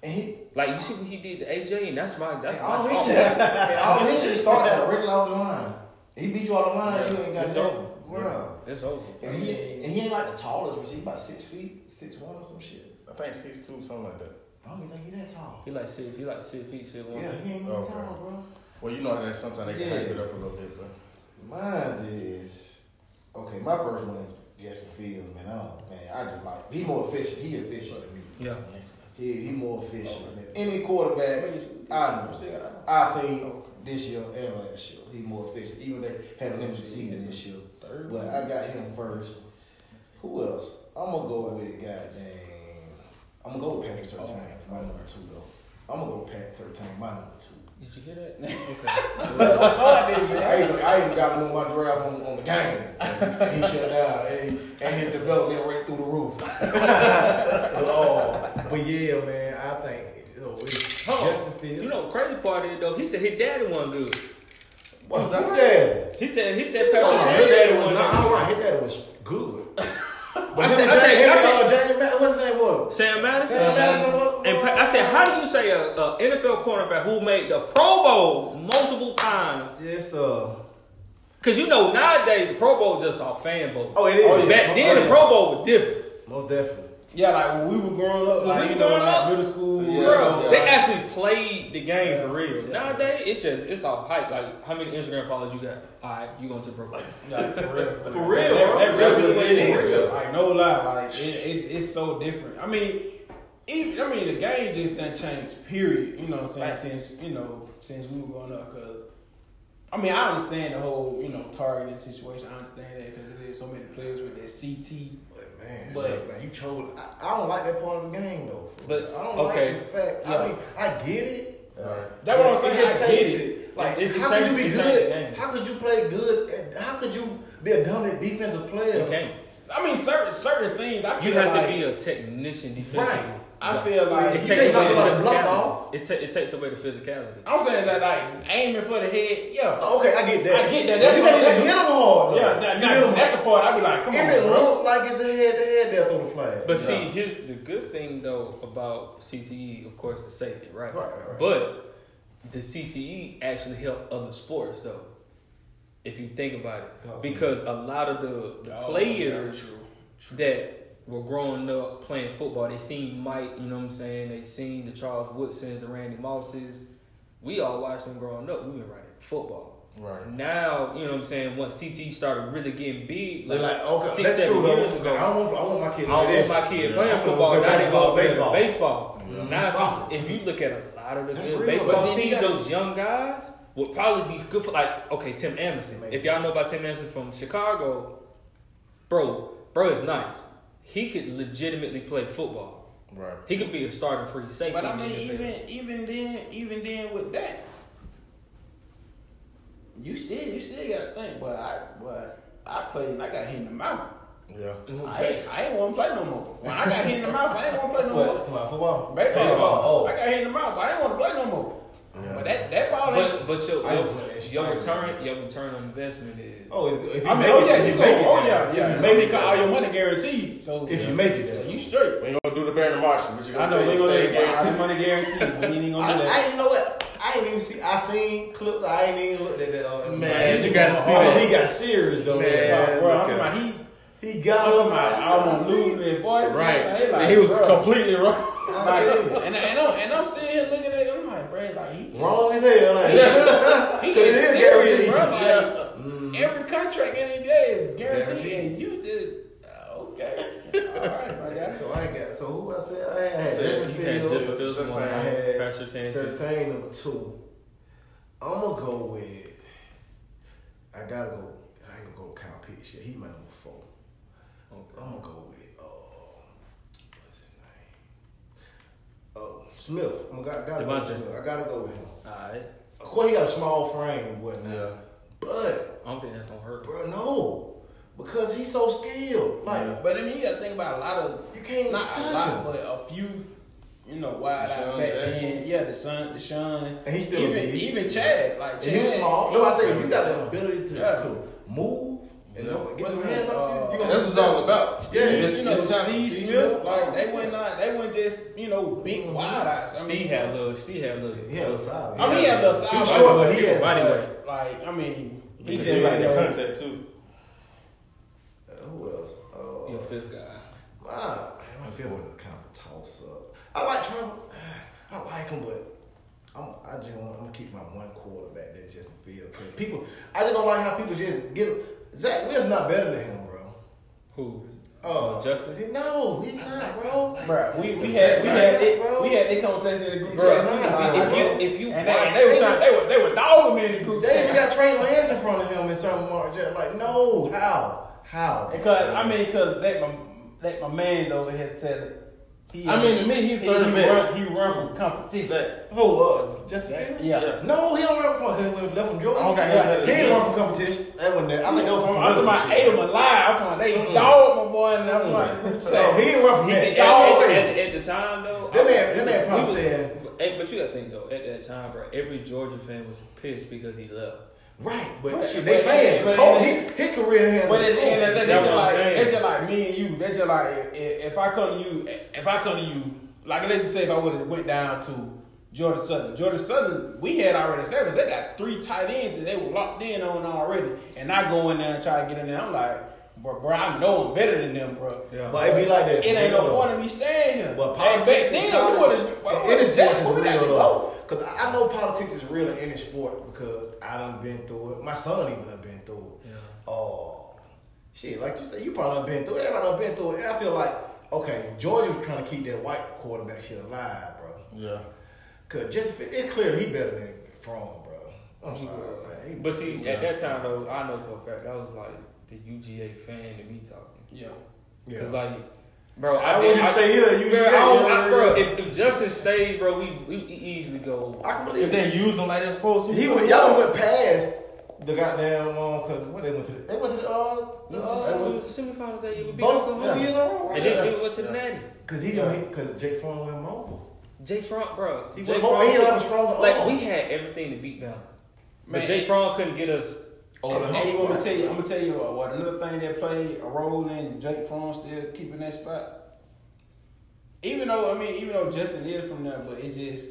And he
Like you see what he did to AJ, and that's my that's
and
my
all his
thought.
shit and all his shit started at a regular off the line. He beat you out the line, you ain't got
It's
nothing.
over.
Bro.
It's over.
And he, and he ain't like the tallest, but he about six feet, six one or some shit.
I think six two, something like that.
I don't even think he that tall.
He like six, he like six feet, six one.
Yeah, he ain't even
Okay.
tall, bro.
Well, you know how that sometimes they can
Yeah.
hype it up a little bit, but
Mine is okay. My first one, Justin Fields, man. I don't, man, I just like he more efficient. He efficient than me.
Yeah.
He he more efficient than any quarterback I know. I seen this year and last year. He more efficient. Even they had a limited season this year, but I got him first. Who else? I'm gonna go with goddamn. I'm gonna go with Patrick Sertan for my number two though. I'm gonna go with Pat Sertan, my number two.
Did you hear that? Okay.
I even, I even got him on my draft on, on the game. he shut down and, and his development went through the roof. oh, but yeah, man, I think you know, it's
Hold on.
Justin Fields.
you know, crazy part is though, he said his daddy wasn't good.
what was that?
He said he said
His
Patrick, his daddy
daddy was
wasn't
not
good.
all right. His daddy was good.
I said,
him
I said, I
and
said,
James- uh, James Ma- what his name was?
Sam Madison.
Sam Madison.
And pa- I said, how do you say a, a NFL cornerback who made the Pro Bowl multiple times?
Yes, uh,
Because you know nowadays the Pro Bowl just all fan vote.
Oh, it is.
Back then the Pro Bowl was different.
most definitely.
Yeah, like when we were growing up,
When
like
we
you
were
know,
growing
like
up,
middle school,
Yeah.
Bro,
yeah.
they actually played the game for real.
Yeah.
Nowadays it's just it's all hype. Like how many Instagram followers you got? All right, you going to the Pro Bowl?
like, for real, for real,
For real,
That- that,
bro.
really what it
For
is.
real.
Like no lie, like it, it, it's so different. I mean, even I mean the game just done changed. Period. You know what I'm saying?
Right.
Since you know since we were growing up, because I mean I understand the whole you know targeting situation. I understand that because there's so many players with that CT.
But man,
But-
look, man, you chose. I, I don't like that part of the game though.
But,
I don't
okay.
like the fact.
Yeah.
I mean, I get it.
Right.
That's what I'm
But
saying,
It just
I get
takes
it.
it. Like,
It- it
how
changes-
could you
it
be
changes the game.
good? How could you play good? And how could you be a dominant defensive player?
You can't.
I mean certain certain things. I feel
You have
like,
to be a technician defensively.
Right.
I
Like,
feel like
It
you
takes
can't knock
away
about
the
a block
physicality.
off.
It, ta- it takes away the physicality.
I'm saying that like aiming for the head. Yeah.
Oh, okay, I get that.
I get that. That's
you
what-
gotta
that's-
hit them hard. Though.
Yeah, that,
You
that-
hit 'em
that's the part I'd be like, come
If it
on, bro.
looked like it's a head to head, they'll throw the flag.
But see, here's the good thing though about CTE, of course, the safety, right?
Right, right, right.
But the CTE actually helped other sports though, if you think about it,
Awesome.
because a lot of the, the
Oh,
players
yeah, true.
that were growing up playing football, they seen Mike, you know what I'm saying? They seen the Charles Woodsons, the Randy Mosses. We all watched them growing up. We been right at football.
Right.
Now, you know what I'm saying, once CT started really getting big,
They're
like,
like, okay,
six,
that's
seven
true. though.
years ago,
I don't want, I want my kid.
I
to do that.
don't want my kid
Yeah.
playing
I
football.
want
Now they
Baseball,
go
baseball.
baseball. baseball.
Yeah.
Now, if
Soccer.
you- if you look at a lot of the
That's
good
real.
baseball
But then
you
teams,
gotta-
those young guys would probably be good for like, okay, Tim Anderson. If y'all know about Tim Anderson from Chicago, bro, bro is nice. He could legitimately play football.
Right.
He could be a starting free safety.
But I
in the
mean, even
NFL.
even then, even then with that, you still you still got to think. But I but I played and I got hit in the mouth.
Yeah.
I ain't, I ain't want to play no more. When I got hit in the mouth, I ain't want to play no
What?
more.
To my football.
Baseball,
Oh,
I got hit in the mouth. I ain't want to play no more.
Yeah.
But that that ball ain't.
But but your
I just
your,
want to
your
ask you.
return your return on investment is
oh, it's, if you
I mean,
make
oh
it,
yeah,
if
you go.
make it,
Oh
then-
yeah,
if
yeah.
you
Maybe
make it,
cause all your money guaranteed. So
If you make it,
yeah,
then
you straight.
We ain't gonna do the Baron Marshall, but you gonna
I know
say
we
it's
gonna
stay
get
guaranteed.
money guaranteed. We ain't
I,
gonna do
I
that.
didn't know it. I didn't even see. I seen clips. I ain't even looked at that. Uh, episode.
Man, you gotta see
Oh,
that.
He got serious though.
Man.
Bro, I'm
look
talking
at
about he.
He
I'm
got
talking
him.
about I almost losing their voice.
Right.
They like,
And he was
bruh.
completely wrong.
Like, and, and, I'm, and I'm sitting here looking at him like, bro, like he,
Wrong as hell. Like,
he
It
is
is
serious,
guaranteed.
bro. Like every contract in the NBA is guaranteed,
Guaranteed.
and you did uh, okay. All right, my guy.
So I got. So who I said I had?
So
Justin
you had
Fields.
Justin Fields
Just
one,
I had
pressure tank.
Sertain number two. I'm gonna go with. I gotta go. I ain't gonna go with Kyle Pitts. Yeah, he my number four.
Okay.
I'm gonna go with. Uh, what's his name? Oh, Smith. I'm gonna, I gotta go with
Devontae.
Smith. I gotta go with him.
Alright.
Of course, he got a small frame, but now.
Yeah.
But,
I don't think that's gonna hurt.
bro, no, because he's so skilled. Like
But I mean, you got to think about a lot of
you can't even
not a
touch
lot,
him.
but a few. You know, wide out
Deshaun
back
Jackson.
then. Yeah, the son, the son,
And he still
even
big.
even Chad, like
And
Chad,
he was small.
he-
No, I say if you got the ability to,
Yeah.
to move and
Yeah.
don't get
What's
your
his
hands
name?
off you,
Uh,
you
Yeah,
gonna
that's what it's all about.
Yeah,
it's,
you know,
it's time.
Steve
Steve
Smith,
Smith. Mm-hmm.
like they went not, they went just, you know, big wide eyes. I mean,
Steve had a little Steve had a little
He had a side.
I mean, he had a little
He
side,
was short, but he
Yeah,
had
body
but,
weight.
Like, I mean, he
Because
just
he like
you
that
know,
contact too.
Uh, Who else? Uh,
Your fifth guy.
my, my favorite was kind of a toss up. I like Trevor. I like him, but I'm I just want, I'm gonna keep my one quarterback there, Justin Fields. 'Cause people, I just don't like how people just get Zach Wills not better than him, bro.
Who?
Oh,
Uh, Justin?
No, he's not, bro.
Bruh, we, we had we had
Exactly,
it,
bro.
we had that conversation in the group
Bruh,
chat too.
nah,
like,
if
bro.
you if you
and they,
watch,
they were trying, they were they were dogging me in the group
They even
chat.
got Trey Lance in front of him in some Mark Jack. Like, no, how? How?
Because I mean, because that my that my man's over here tell it. He,
I mean, to me, he's third
he,
best.
Run, he run from competition.
Zach.
who uh Justin Fields?
Yeah.
No, he don't run from competition. We left from Jordan.
I don't got him better
yeah.
than
He didn't run
Jordan.
from competition. That wasn't that. I think that was
I'm
some
talking about
other
ate
shit. Mm-hmm.
him alive. I'm talking about they dog my boy, and I'm like,
So he didn't run from
he,
that.
at,
No
at,
way.
at, at the time though,
That
I-
man- that man probably
he was-
said-
Hey, but you gotta think though, at that time, bro, every Georgia fan was pissed because he left.
right, but
But-
shit, they
but-
fans.
but-
Cole, he- his career has.
But at the end of the day, they
That's
just
what I'm
like
saying.
they just like me and you. They just like if, if I come to you, if I come to you, like let's just say if I would have went down to Jordan Sutton, Jordan Sutton, we had already established they got three tight ends that they were locked in on already, and I go in there and try to get in there. I'm like, bro, bro, I know them better than them, bro.
Yeah.
But it be like that.
It ain't no
Real.
point in me staying here.
But
And
politics in
we
college,
would've-
and
we
any
would've-
sport is
we got
real
to
though.
go.
Because I I know politics is real in any sport because I done been through it. My son even done been through it. Oh, shit! Like you said, you probably done been through it. Everybody done been through it. And I feel like okay, Georgia was trying to keep that white quarterback shit alive, bro.
Yeah.
Cause just it clearly he better than Fromm, bro. I'm sorry, man. He-
But see,
Yeah.
at that time though, I know for a fact that was like the UGA fan to me talking.
Yeah.
yeah.
Cause like, bro,
I
I,
want you
did,
to
I,
stay here. You
bro, I
yeah,
don't,
yeah,
I, bro
yeah.
if, if Justin stays, bro, we we easily go.
I can believe
If
that.
they used him like they're supposed to,
He went, y'all done went past the goddamn um, cause what they went to? The, they went to the uh,
We
the,
was just- we
uh
was semifinals that year. We beat
both two years in
Oklahoma,
a row.
and then
Right?
we went to the
Yeah.
Natty.
Cause he done, he, cause Jake Fromm went mobile.
Jay Front, bro.
He
Jay
went mobile. He
Fromm-
didn't have a stronger
Like
arm.
we had everything to beat down, but
Man.
Jay Front couldn't get us.
Oh, the
and,
hump,
and you want me
right.
to tell you? I'm gonna tell you what. what another thing that played a role in Jake Fromm still keeping that spot. Even though I mean, even though Justin is from there, but it's just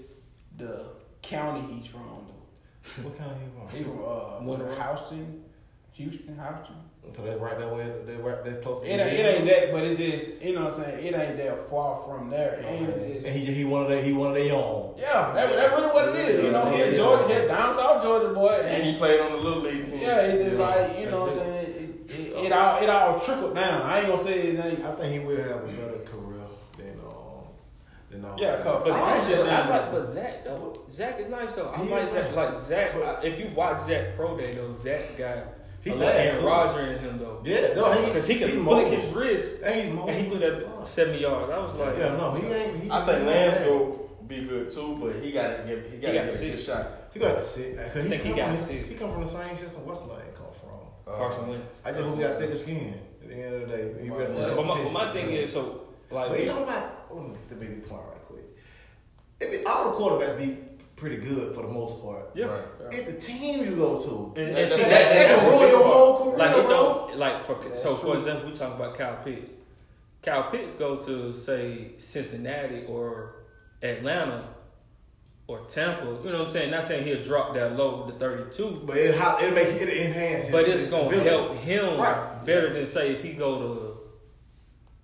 the county he's from. Though.
What kind of he
He from uh,
Monroe.
Houston. He Houston, Houston.
So that's right that way. They right that close. to
It
the
ain't, it ain't
end.
that, but it just you know what I'm saying. It ain't that far from there. And it just,
And he he wanted that he wanted their own.
yeah, that, that really what it is. You know, here
Yeah.
Georgia, here down south Georgia boy,
And
and
he played on the little league team.
yeah, it's just
Yeah.
like you know what I'm
That's
saying. It, it, it all it all trickled down. I ain't gonna say it ain't.
I think he will have a better career than um than all.
Yeah, cause
But
I
Zach,
don't just-
I
I
like,
like-
but Zach though, Zach is nice though. I
He
like
is
Zach.
nice.
Like Zach,
But-
I- if you watch Zach pro day though, Zach got
He
a lot of
fast,
Aaron
too.
Rodgers in him though.
Yeah, no, he
because he can
he
flick
mobile.
his wrist
And he's mobile.
and he threw that seventy yards. I was like,
Yeah, no, he ain't. He,
I think
he
Lance
ain't-
go be good too, but he got to give he got to
gotta
get a good
see.
shot.
He got to sit. I
I think he got to sit.
He come from the same system Westlake come from.
Uh,
Carson Wentz.
I just hope he got thicker skin. At the end of the day, he
Right.
ready for
Yeah.
But my,
competition.
my thing is, so like,
But you know about let me just make this point right quick. It be, all the quarterbacks be pretty good for the most part.
yeah.
Right.
If the team you go to,
And,
That-
and see,
that- that-
that, that-
that-
can ruin your whole career,
like it
bro.
don't like for
That's
so for
true.
example we talking about Kyle Pitts. Kyle Pitts go to say Cincinnati or Atlanta or Tampa. You know what I'm saying? Not saying he'll drop that low to 32,
But it how it make it enhance. his-
but it's
his
gonna
ability.
help him
Right.
better than say if he go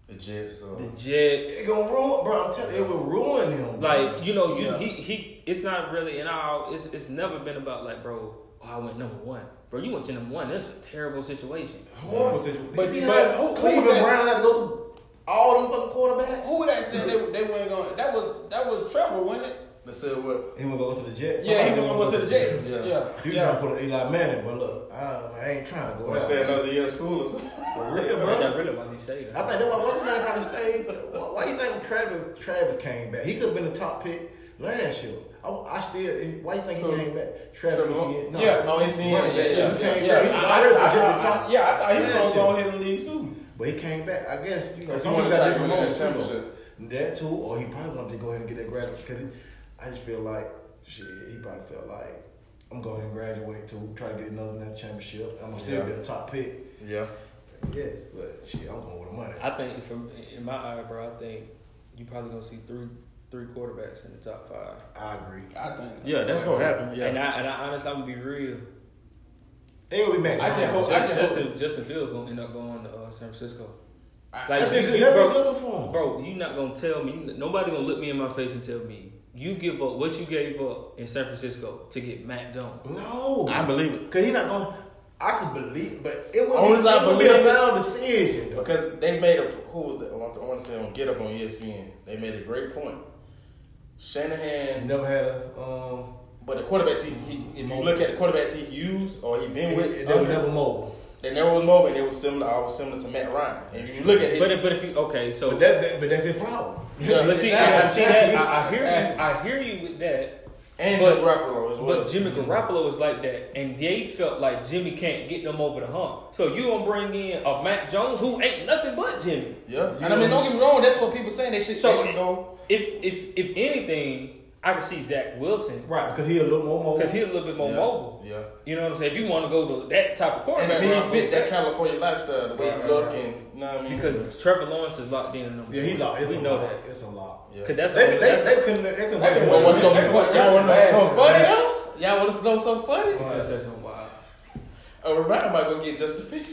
The Jets.
to the
So.
Jets.
It gonna ruin, bro. I'm telling, you, it will ruin him. bro.
Like you know you
Yeah.
he he. It's not really and all. It's it's never been about like bro. Oh, I went number one, bro. You went to number one. That's a terrible situation.
horrible situation.
But-
But, see
but
how
who- who
Cleveland
that-
Browns had to go through all them fucking quarterbacks.
Who that said they they weren't going? That was that was Trevor, wasn't it?
They said what?
He wanna go to the Jets.
yeah, he
Somebody
going
wanna
to the Jets.
Yeah.
Yeah,
You
yeah.
trying to put an Eli Manning, but look, I, I ain't trying to go.
Or
out.
stay another year of school or something?
For real,
Bro,
bro.
that really why he stayed.
I think that's why what's his name probably stayed. But why, why you think Travis Travis came back? He could have been the top pick last year. I, I still. Why you think he
Who?
came back? Travis
Trevor Lawrence?
Etienne.
Yeah.
Oh, it's in.
Right,
Yeah, yeah, yeah.
yeah. came back. He was already
I- I-
projected
I-
top.
Yeah, I thought he was
Yeah,
gonna
shit.
go ahead and leave too.
But he came back. I guess you know.
Because he
some
wanted to
people got
try to win
different
that
motives, too,
championship.
though. That too, or he probably wanted to go ahead and get that graduate. Because I just feel like shit. He probably felt like I'm going to graduate too, try to get another national championship. I'm gonna still
Yeah.
be a top pick.
Yeah.
Yes, but shit, I'm going with the money.
I think from in my eye, bro, I think you probably gonna see three three quarterbacks in the top five.
I agree.
I think.
Yeah, that's gonna happen. Yeah.
And I and I honestly I'm gonna be real.
They gonna be matched.
I just hope. I
Justin
just hope.
Justin, Justin Fields gonna end up going to uh, San Francisco.
I-
Like
That'd be
you-
good.
you-
That'd be
bro,
good for him.
bro, you not gonna tell me. you- Nobody gonna look me in my face and tell me you give up what you gave up in San Francisco to get Matt Jones.
No,
I believe it.
Cause he not going. to I could believe, but it would,
Only as
be,
I
it would be a
believe-
sound decision. Though.
Because they made a who was that? I want to, I want to say on Get Up on E ESPN. They made a great point.
He
Shanahan,
never had a. Um,
but the quarterbacks he, he if you look at the quarterbacks he used or he been
they
with,
they were never mobile.
they never was moving. They were similar. I was similar to Matt Ryan. And if you look at his,
But if- but if you okay, so
But that, that but that's their problem.
Yeah,
but see, I, I see that. I, I hear you. I hear you with that.
and
but-
Jimmy Garoppolo as well.
But Jimmy Garoppolo is like that, and they felt like Jimmy can't get them over the hump. So you gonna bring in a Mac Jones who ain't nothing but Jimmy.
yeah, and I mean, don't get me wrong. That's what people saying. They should,
So-
they should go.
If if if anything, I could see Zach Wilson
Right, because he a little more mobile.
because he's a little bit more
yeah.
mobile.
Yeah,
You know what I'm saying? If you want to go to that type of
and
quarterback,
then
route,
he fit that
Zach-
California lifestyle, the way
Right,
he
right,
look
right.
and you know what I mean.
because Trevor Lawrence is locked in. in number
yeah, he
one.
locked. It's
We
a
know
lot.
that
It's a lot.
yeah.
because that's
They,
what-
they,
that's-
they couldn't. They couldn't.
They been
Well, what's gonna be
That's
funny? Y'all wanna know
bad.
something funny though? Y'all wanna know something funny?
that's that's wild.
A reminder might go get Justin Fields.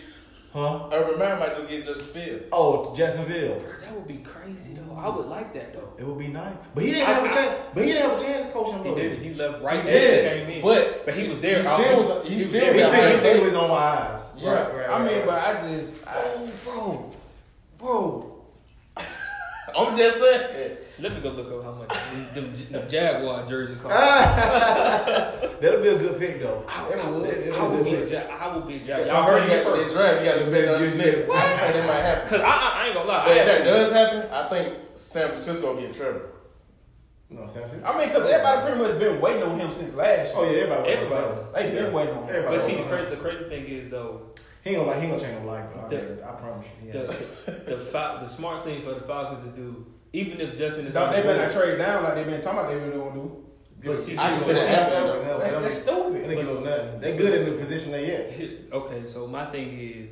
Huh?
A reminder might go get Justin Fields.
Oh, to Jacksonville.
Bro, That would be crazy though. I would like that though.
It would be nice, but he didn't have a chance. But he didn't have a chance to coach him.
He
though.
did. it. He left right
Oh. He
after
did,
he came in.
but
but he
he-
was there.
he
all-
still was- he
was
still
there
was
He
all-
out
said he
there.
said he was on my eyes.
Yeah.
I mean, but I just. I,
Oh, bro, bro.
I'm just saying.
Let me go look up how much them, them, them Jaguar jersey cost.
Ah.
that'll be a good pick though.
I,
That'll-
I, would,
that'll be a
I would
good
be a
pick.
Jaguar. I would be a Jaguar.
Because
Y'all heard
sometimes
it
you got
first.
this draft, you got to spend
Yeah,
on
yeah,
Smith.
yeah.
I think that might happen.
Cause I, I, I ain't gonna lie.
But
I
if that
actually-
does happen, I think San Francisco will get Trevor.
No, San Francisco.
I mean, because everybody pretty much been waiting on him since last year.
Oh yeah, everybody.
Everybody.
They been waiting on him.
but see, the crazy, the crazy thing is though,
He ain't gonna like. He gonna change his life. though. I,
The-
heard- I promise you.
the the, Fal- the smart thing for the Falcons to do, even if Justin is
So
on
they
the
better
board,
trade down like they been talking about they been gonna do.
but see,
I can
here's
see
the
that
thing.
happening. though.
That's, that's
They
stupid.
didn't give up nothing. They good in the position they at.
Here- Okay, so my thing is,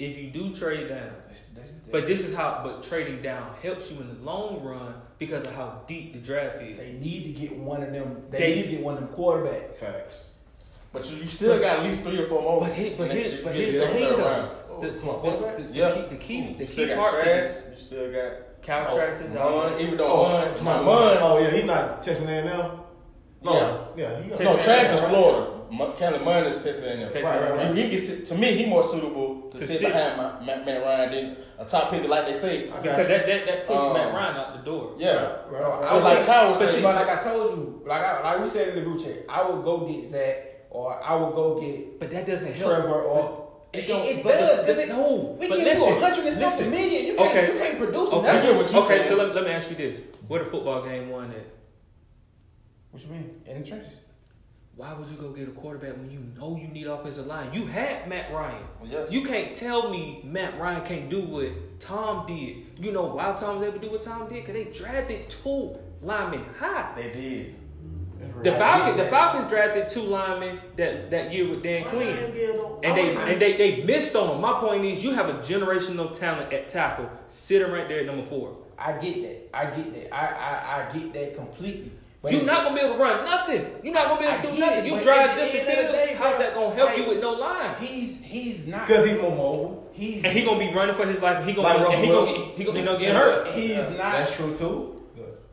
if you do trade down,
That's, that's,
but this is how, but trading down helps you in the long run because of how deep the draft is.
they need to get one of them. They,
They-
need to get one of them quarterbacks.
Facts.
But you, you still got at least three or four more.
But here, but
And
here,
you
but
get
here's
to
the
third
thing
round.
though.
Oh,
The,
come on, quarterback?
the, the,
Yeah.
the key, the key, the
You still
key
got
part to
Trask.
this,
You still got
Caltrax is out.
Munn, even though
Oh,
Munn,
my
my
man.
Munn,
Oh yeah, he not texting in now.
no,
Yeah, he got
no,
Texas
Trask is
A&M, right?
Florida. Mu- Kelly Munn is Texas A&M.
Texas
Right, right,
A&M.
And he gets to me, he more suitable to,
To
sit,
sit.
behind my, Matt, Matt Ryan than a top pick, like they say.
I got
Because that, that, that pushed
Um,
Matt Ryan out the door.
Yeah,
Bro, I
But
was
like
like,
Kyle was
but
saying,
see,
you
like I told you, like I, like we said in the group chat, I would go get Zach or I would go get
But that doesn't help.
Trevor or.
But
It,
don't-
it, it
but the-
does
the-
because it no. We
but
can
listen,
do a hundred and something
listen.
million. You can't,
Okay.
you can't produce
Okay,
nothing.
get what you
okay
saying.
so let, let me ask you this. What a football game won at?
What you mean? In the trenches.
Why would you go get a quarterback when you know you need offensive line? You had Matt Ryan.
Yeah.
You can't tell me Matt Ryan can't do what Tom did. You know why Tom was able to do what Tom did? Because they drafted two linemen high.
they did.
The Falcons, the Falcons drafted two linemen that, that year with Dan Quinn. And they and they, they missed on them. My point is you have a generational talent at tackle sitting right there at number four.
I get that. I get that. I I, I get that completely. But
You're not gonna be able to run nothing. You're not gonna be able to
I get
do
it,
nothing. You
but
drive
at the
Justin
end of the
Fields.
day,
How's
bro,
that gonna help
like,
you with no line?
He's he's not
because he's more mobile.
he's
And he gonna be running for his life. He gonna
Like
and he
Russell
gonna
Wilson.
he gonna end up getting hurt.
He's
That's
not
true too.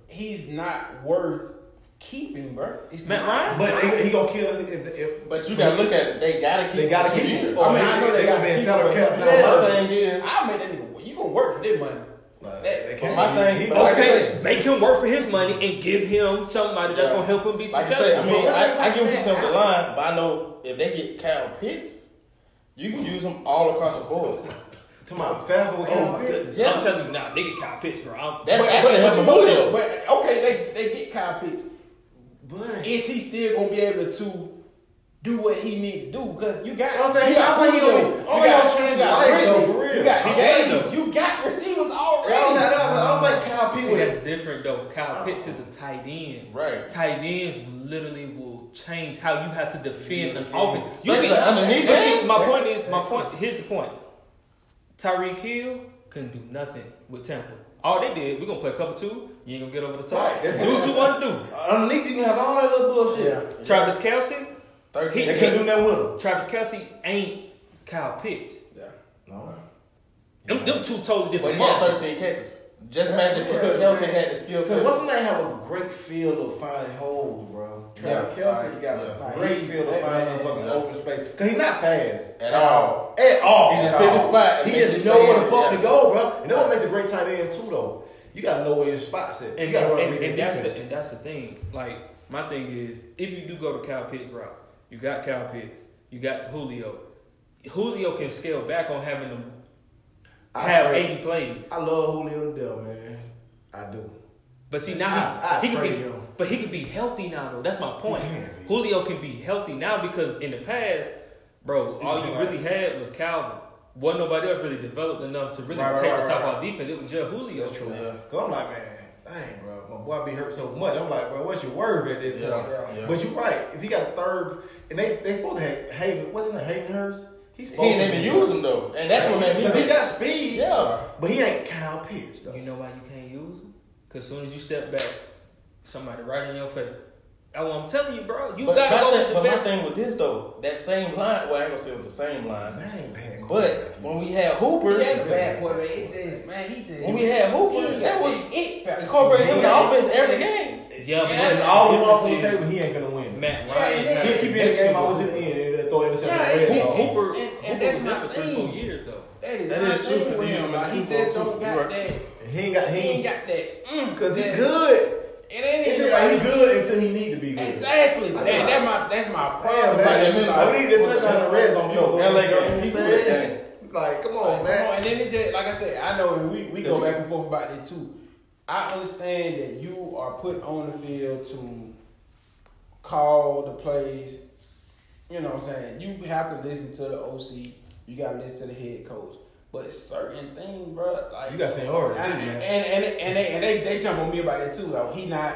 he's not worth keeping, bro. It's
Matt
not.
Ryan.
But they, he gonna kill us if, if
But you gotta look at it. They gotta keep.
they gotta
him two
keep him.
years.
Or
I mean,
he-
I know
they
they
gonna
gotta
be in
keep
salary
him.
cap.
Yeah,
now.
my thing is,
I made that nigga. work. You gonna work for that money?
Like,
That-
they
but
can't
my
be-
thing,
he-
but like I
okay,
say,
make him work for his money and give him somebody that's
Yeah.
gonna help him be
like I
successful.
say, I mean,
But what
I, I
about
give him
that?
some the line, but I know if they get Kyle Pitts, you can use him all across the board.
To my Falcon with
oh
Cam
my goodness,
Pitts.
Yeah.
I'm telling you now, nah, nigga, Kyle Pitts, bro. I'm,
That's
But-
actually
but-
helped
but
him
you
out.
know, But okay, they they get Kyle Pitts.
But
Is he still gonna be able to do what he need to do? Because you got,
I'm saying,
you got
I'm like,
Julio,
yo,
you
I'm
got,
like, y'all
you
changing
got
life, though,
Ridley,
for real.
you got
I'm
Gaines,
with
you got receivers already.
I was like, I was like Kyle Pitts.
see,
with-
that's different though. Kyle Pitts is a tight end.
Oh. Right.
Tight ends literally will change how you have to defend an
Yes,
offense.
Especially underneath
but
that.
see, my
That's-
point is, my point here's the point. Tyreek Hill couldn't do nothing with Tampa. All they did, we're gonna play cover two. You ain't gonna get over the top.
Right, that's
do what you want to do.
Underneath you can have all that little bullshit.
Travis Kelsey,
Thirteen.
They couldn't do nothing with him.
Travis Kelsey ain't Kyle Pitts.
Yeah. No.
Them, them two totally
But
different
he had
monsters.
13 catches. Just imagine
Yeah.
if Kelsey had the skill
So
set.
what's that have a great field of finding holes, bro?
Yeah.
Kelsey got a
Yeah.
great
He-
field of
that
finding
man-
fucking
Yeah.
open space. Cause he's not fast.
At all.
At all.
He just
At
pick
all.
his spot and
He
make sure
just
he
know
stay
where
in
the
it.
fuck to
Yeah.
go, bro. And that's what makes a great tight end too though. You gotta know where your spot's at. You
And,
gotta
and,
run a
and
reading
that's the,
defense.
and that's the thing. Like my thing is, if you do go to Kyle Pitts route, you got Kyle Pitts, you got Julio. Julio can scale back on having them
I
have
trade-
eighty plays,
I love Julio to death, man. I do.
but see now he's,
I- I
he
trade
can be,
him.
but he can be healthy now though. That's my point.
can be.
Julio can be healthy now because in the past, bro, all
see
you
like-
really had was Calvin. Wasn't nobody else really developed enough to really
Right, right,
take
right,
the top
right.
off defense. It was just Julio.
That's true. Cause I'm like, man, dang, bro, my boy be hurt so much. I'm like, bro, what's your worth at this
Yeah,
point?
yeah.
But you're right. If he got a third, and they they supposed to have Haven, wasn't it Haven Hurst? He's
He didn't even use him though, and that's what made me.
Cause he
think-
got speed.
Yeah.
but he ain't Kyle Pitts though.
You know why you can't use them? Because soon as you step back, somebody right in your face. Oh, I'm telling you, bro, you
but
gotta
my
go
thing-
with the
but my
best.
thing with this though, that same line. Well, I ain't gonna say it was the same line,
Man, man,
but when we had Hooper,
He had a bad quarterback. It just man, he just
when we had Hooper,
He
that
got
was
it. factor.
incorporated him in the
Yeah.
offense every game.
yeah,
but it's all the ones on the table. He ain't gonna win.
Matt
Yeah,
Ryan.
and then-
He keep in the game. I was in the end and throw interception.
Yeah, and-
in the red
and-
zone.
and-
Hooper,
and
Hooper
that's
was there
my
for three, four
thing.
years though.
That is,
That
my
is true,
thing
'cause
with
he
him.
was
Like,
in
he
the Super
just
Bowl,
don't
too.
got
Right.
that.
He ain't got
He ain't
he
got that. Mm,
because he
that-
good.
It ain't
It's
even
just like he
like-
good until he need to be good.
Exactly. That, that my that's my problem.
man.
Like,
Minnesota.
I need to touchdown in the red zone.
You
You know,
LA
LA
game.
game.
You do that thing.
Like, come
Like,
on,
come on,
man.
and then it just like I said, I know and we, we go back and forth about that too. I understand that you are put on the field to call the plays. You know what I'm saying? You have to listen to the OC. You gotta listen to the head coach. But certain things, bro, like
You got seniority,
and,
too, man.
and, and, and they and they, they jump on me about that too. Like he not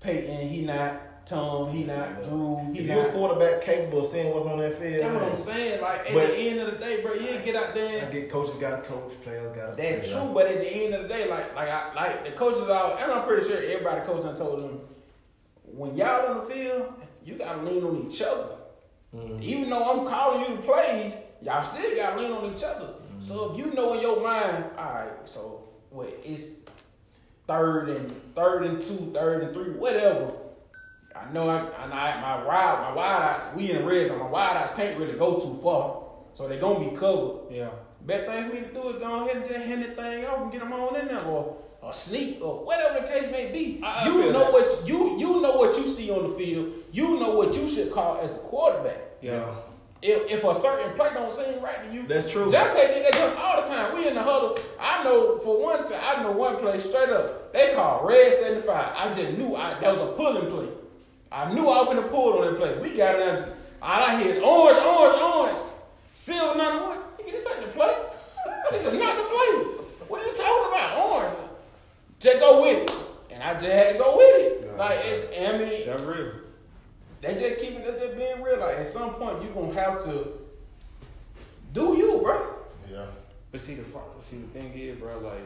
Peyton, he not Tom, he not Drew, he
If
not
you're a quarterback capable of seeing what's on that field,
That's what I'm
man,
saying. Like at
But-
the end of the day, bro, yeah, get out there.
I get coaches got to coach, players got to
That's true, but at the end of the day, like like I like the coaches out, and I'm pretty sure everybody coach done told them, when y'all on the field, you gotta lean on each other. Even though I'm calling you the plays, y'all still got to lean on each other. So if you know in your mind, all right, so what it's third and third and two, third and three, whatever. I know I, and I my wild my wide eyes we in the red zone. My wide eyes can't really go too far, so they're gonna be covered.
Yeah.
Best thing we can do is go ahead and just hand that thing off and get them on in there, or or sneak, or whatever the case may be.
I- I
you
feel
know
that.
what you you know what you see on the field. You know what you should call as a quarterback.
Yeah.
If, if a certain play don't seem right to you,
That's true.
Dante did that jump all the time. We in the huddle. I know for one, fa- I know one play straight up. They called red seventy five. I just knew I, that was a pulling play. I knew I was gonna pull on that play. We got it. All I hear is orange, orange, orange. Silver number one. Nigga, this ain't the play. This is not the play. What are you talking about? Orange. Just go with it. And I just had to go with it. Like, it's, I mean,
That's real.
they just keeping it just being real. Like at some point you gonna have to do you, bro.
Yeah.
But see the problem, see the thing is, bro, like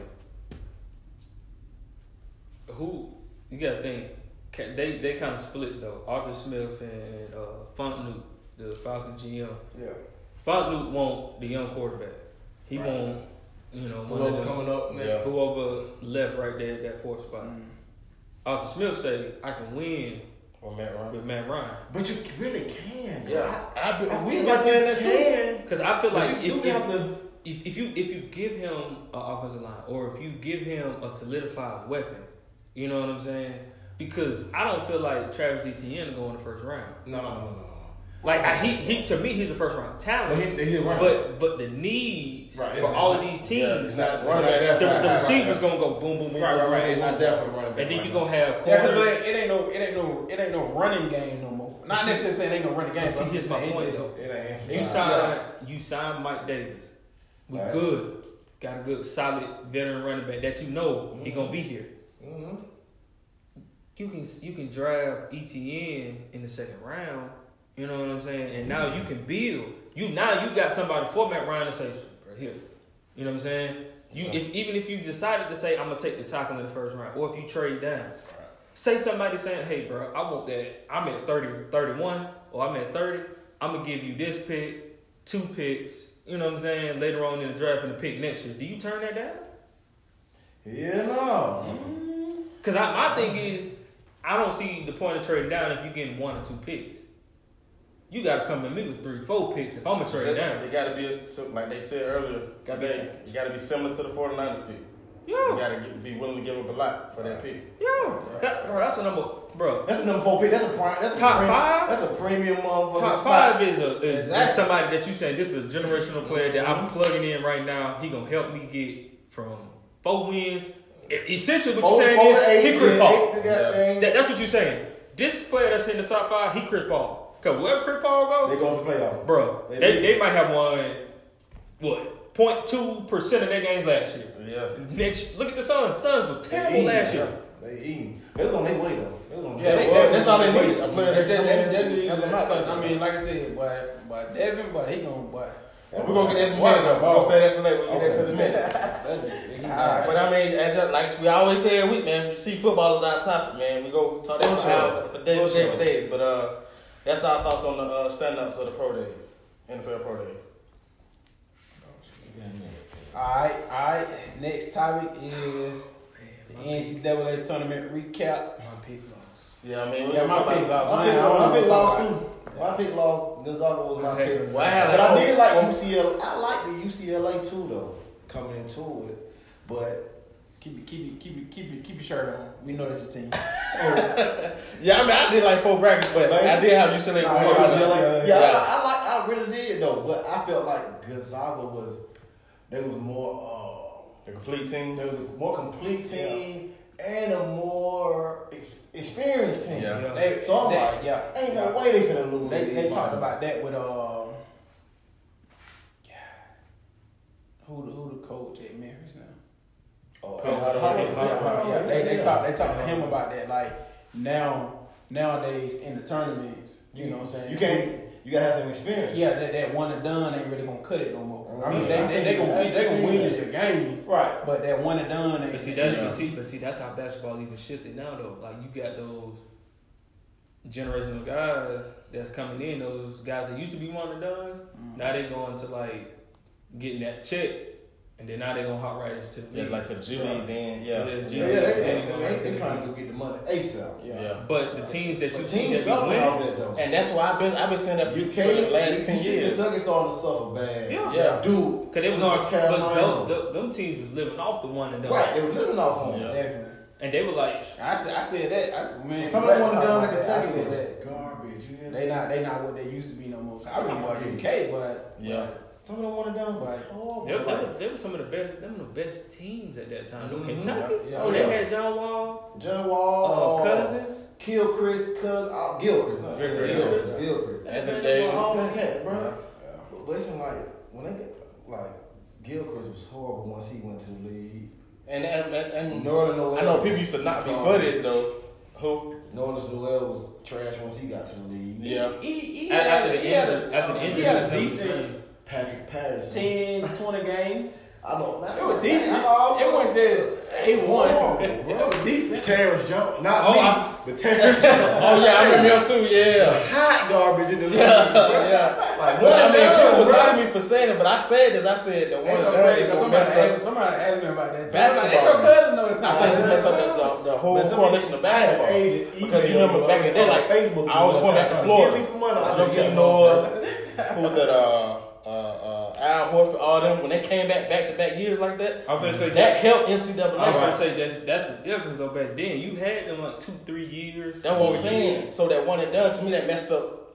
who you gotta think ca- they they kind of split though. Arthur Smith and uh, Fontenot, the Falcon GM.
Yeah.
Fontenot want the young quarterback. He want you know one
Whoever
of them,
coming up next.
Yeah.
whoever left right there at that fourth spot. Arthur Smith say I can win
Or Matt Ryan.
with Matt Ryan
But you really can.
Yeah.
I, I, be- I
We
feel
been
like
saying
you
that too.
can.
because I feel
But
like
you
if,
do
if,
have to.
if, if you if you give him an offensive line or if you give him a solidified weapon, you know what I'm saying? Because I don't feel like Travis Etienne going the first round.
No, no, no, no, no.
Like I, he, he to me he's a first round
But
talent,
he, he a running back.
but but the needs
Right, it's-
for all of
it's
these
Yeah,
teams,
it's not
Right,
running
right,
back.
the,
right,
the
right,
receivers
right.
gonna go boom boom boom
Right, right,
boom,
right. It's
boom,
not
boom.
there for the running back.
and then you
right
gonna have
Yeah, cause it
corners.
ain't, it ain't no, it ain't no, it ain't no running game no more. Not
See-
necessarily saying it ain't no running game.
see,
but I'm
here's
just
my
saying it
point,
just-
though.
now. It ain't
You
emphasized.
sign you sign Mike Davis. We
Nice.
good. Got a good solid veteran running back that you know he gonna be here.
Mm-hmm.
you can you can draft ETN in the second round. You know what I'm saying? And now you can build. You now you got somebody for Matt Ryan to say, bro, here. You know what I'm saying? You
Yeah.
if, even if you decided to say I'm gonna take the tackle in the first round, or if you trade down, say somebody saying, hey, bro, I want that. I'm at 30, 31, or I'm at 30. I'm gonna give you this pick, two picks. You know what I'm saying? Later on in the draft, and the pick next year. Do you turn that down?
Yeah, no.
Because my thing is, I don't see the point of trading down if you're getting one or two picks. You got to come at me with three, four picks if I'm going to trade down.
It got to be, a- so- like they said earlier today, it got to be similar to the 49ers pick. You
Yeah,
got to be willing to give up a lot for that pick.
yeah. God, bro, that's a number. Bro,
That's a number four pick. That's a prime. That's a
Top
premium,
five?
That's a premium motherfucker.
top
spot.
five is, a, is,
Exactly.
is somebody that you saying this is a generational player that I'm
Mm-hmm.
plugging in right now. He going to help me get from four wins. E- Essentially, what
Four-
you're
four
saying
to
is
eight,
he Chris
yeah,
Paul.
eight to that thing.
That, that's what you're saying. This player that's in the top five, he Chris Paul. Because wherever Chris Paul goes,
They going to the playoff.
Bro,
They
they,
did.
they, might have won what 0.2 percent of their games last year.
Yeah.
Next, look at the Suns. Suns were
They
terrible
eating,
last year.
yeah. They eating. They was on their way though. They was on
Yeah,
their
they-
way.
Well, that's all they need. A player
That- that- that-
that can come
that-
in.
that-
and
that-
help them
I
out.
mean, like I said, but but Devin, but he gonna but
We're gonna get that for later. though. We're gonna say that for later. We get that for the day.
he not-
But I mean, as y'all- like we always say every week, man. You see, football is our topic, man. We go talk that
For
for,
sure.
hours, for days,
For
for days,
sure.
for days. But uh, that's our thoughts on the uh, standouts of the pro days, NFL pro days.
All right, all right. Next topic is the NCAA tournament recap.
My pick lost.
Yeah, I mean, we
Yeah,
gonna
my
talk
pick
about.
lost.
My
Mine, I
pick,
don't
my
know
pick
what
lost
I'm talking
too. My pick lost. Gonzalo was my
Okay.
pick.
Well, I had like
But I
four-
did like
four-
UCLA. I like the UCLA too though. Coming into it, but
Keep it, keep it, keep it, keep it, keep your shirt on. We know that's your team.
Yeah, I mean, I did like four brackets, but
Like-
I did have UCLA.
Nah,
going.
I was just like-
Yeah,
yeah,
yeah.
I, I like. I really did though, but I felt like Gonzaga was. They was more. Uh,
The complete team.
There was a more complete team and a more ex- experienced team.
Yeah.
Yeah.
They-
So I'm
that-
like,
yeah,
ain't
yeah.
no way they finna lose.
They,
these
they talked
finals.
about that with uh, who the who the coach at Memphis now?
Oh,
Penn
yeah,
Hardaway.
Hardaway.
Yeah,
Hardaway,
yeah, they they
yeah.
talked they talked to him about that. Like now nowadays in the tournaments, you know what I'm saying?
You can't. You gotta have some experience.
Yeah, that, that one and done ain't really gonna cut it no more. I mean,
Yeah,
they
I
they,
seen
they
that.
gonna
I
beat- they
seen
gonna win
that.
their games,
Right.
but that one and done ain't.
But see, that's
Yeah.
but see, but see, that's how basketball even shifted now though. Like you got those generational guys that's coming in, those guys that used to be one and done's,
Mm-hmm.
now they going to like getting that check, and then now they gonna hop right into the
Yeah,
league.
like to G League, then yeah,
Yeah, G
Yeah,
League.
yeah, they,
Yeah.
they, they, they, trying to go get the money ASAP.
yeah.
but the teams that you
But
see
teams
that be
suffer off
winning,
that though.
And that's why I've been I've been saying that for
UK,
the last ten years.
Kentucky starting to suffer bad.
Yeah.
Yeah.
Duke,
because they was
North
but
Carolina.
them, them, them teams was living off the one and done,
right, they were living off on
Yeah.
it.
Definitely.
and they were like,
I said, I said that. I, man,
Some of them
let's
wanted
talk
down like
about that. I
Kentucky
said
was
that.
garbage. You hear me?
They not, they not what they used to be no more. 'Cause I remember UK, but
Yeah.
Some of them wanted down was
Right.
horrible.
they,
Like,
they, they were some of the best, them were the best teams at that time. Them
Mhm.
Kentucky,
Yeah.
oh, they
Yeah. Oh.
had John Wall,
John
uh,
Oh,
Wall,
Cousins,
Gilchrist, Cous, uh, Gilchrist, no,
Gilchrist.
Gilchrist, Gilchrist.
At the
Man,
day-
they
Well,
were
I
all-
don't care, bro.
yeah.
But listen, like when they got like Gilchrist was horrible once he went to the league.
And and, and, and
Northern Noel.
I know
was
people used to knock me for
garbage.
this though. Who?
Northern Noel was trash once he got to the league.
Yeah.
He, he
At-
had,
after the
he
end
had
of-
a,
after the end
he
of
had
the
a
season.
decent
Patrick Patterson.
10, 20 games.
I know.
It was decent. oh, It wasn't just A1.
Horrible,
It was decent.
Terrence Jones, not
Oh,
me,
I-
but Terrence Jones.
Oh yeah, I remember him too. Yeah.
Hot garbage in the league. yeah, like one
Well, I mean, people was
down,
knocking me for saying it, but I said this. I said the one
That's so
done
crazy.
is
'cause
gonna
Somebody
mess
asked,
up.
somebody asked me about that. Basketball.
Basketball.
That's your cousin? No, it's
I think
not.
just mess up the, the, the whole
But
correlation of basketball. Because you remember back in the day, like I always went at the floor.
Give me some money. I said,
Joakim
yeah,
Noah, who was that? Uh, uh, uh, Al Horford, all them. When they came back back to back years like that,
I was gonna say
that helped
I
NCAA.
was gonna say that's that's the difference though. Back then, you had them like two, three years.
That's what
four
I'm saying.
years.
So that one and done to me that messed up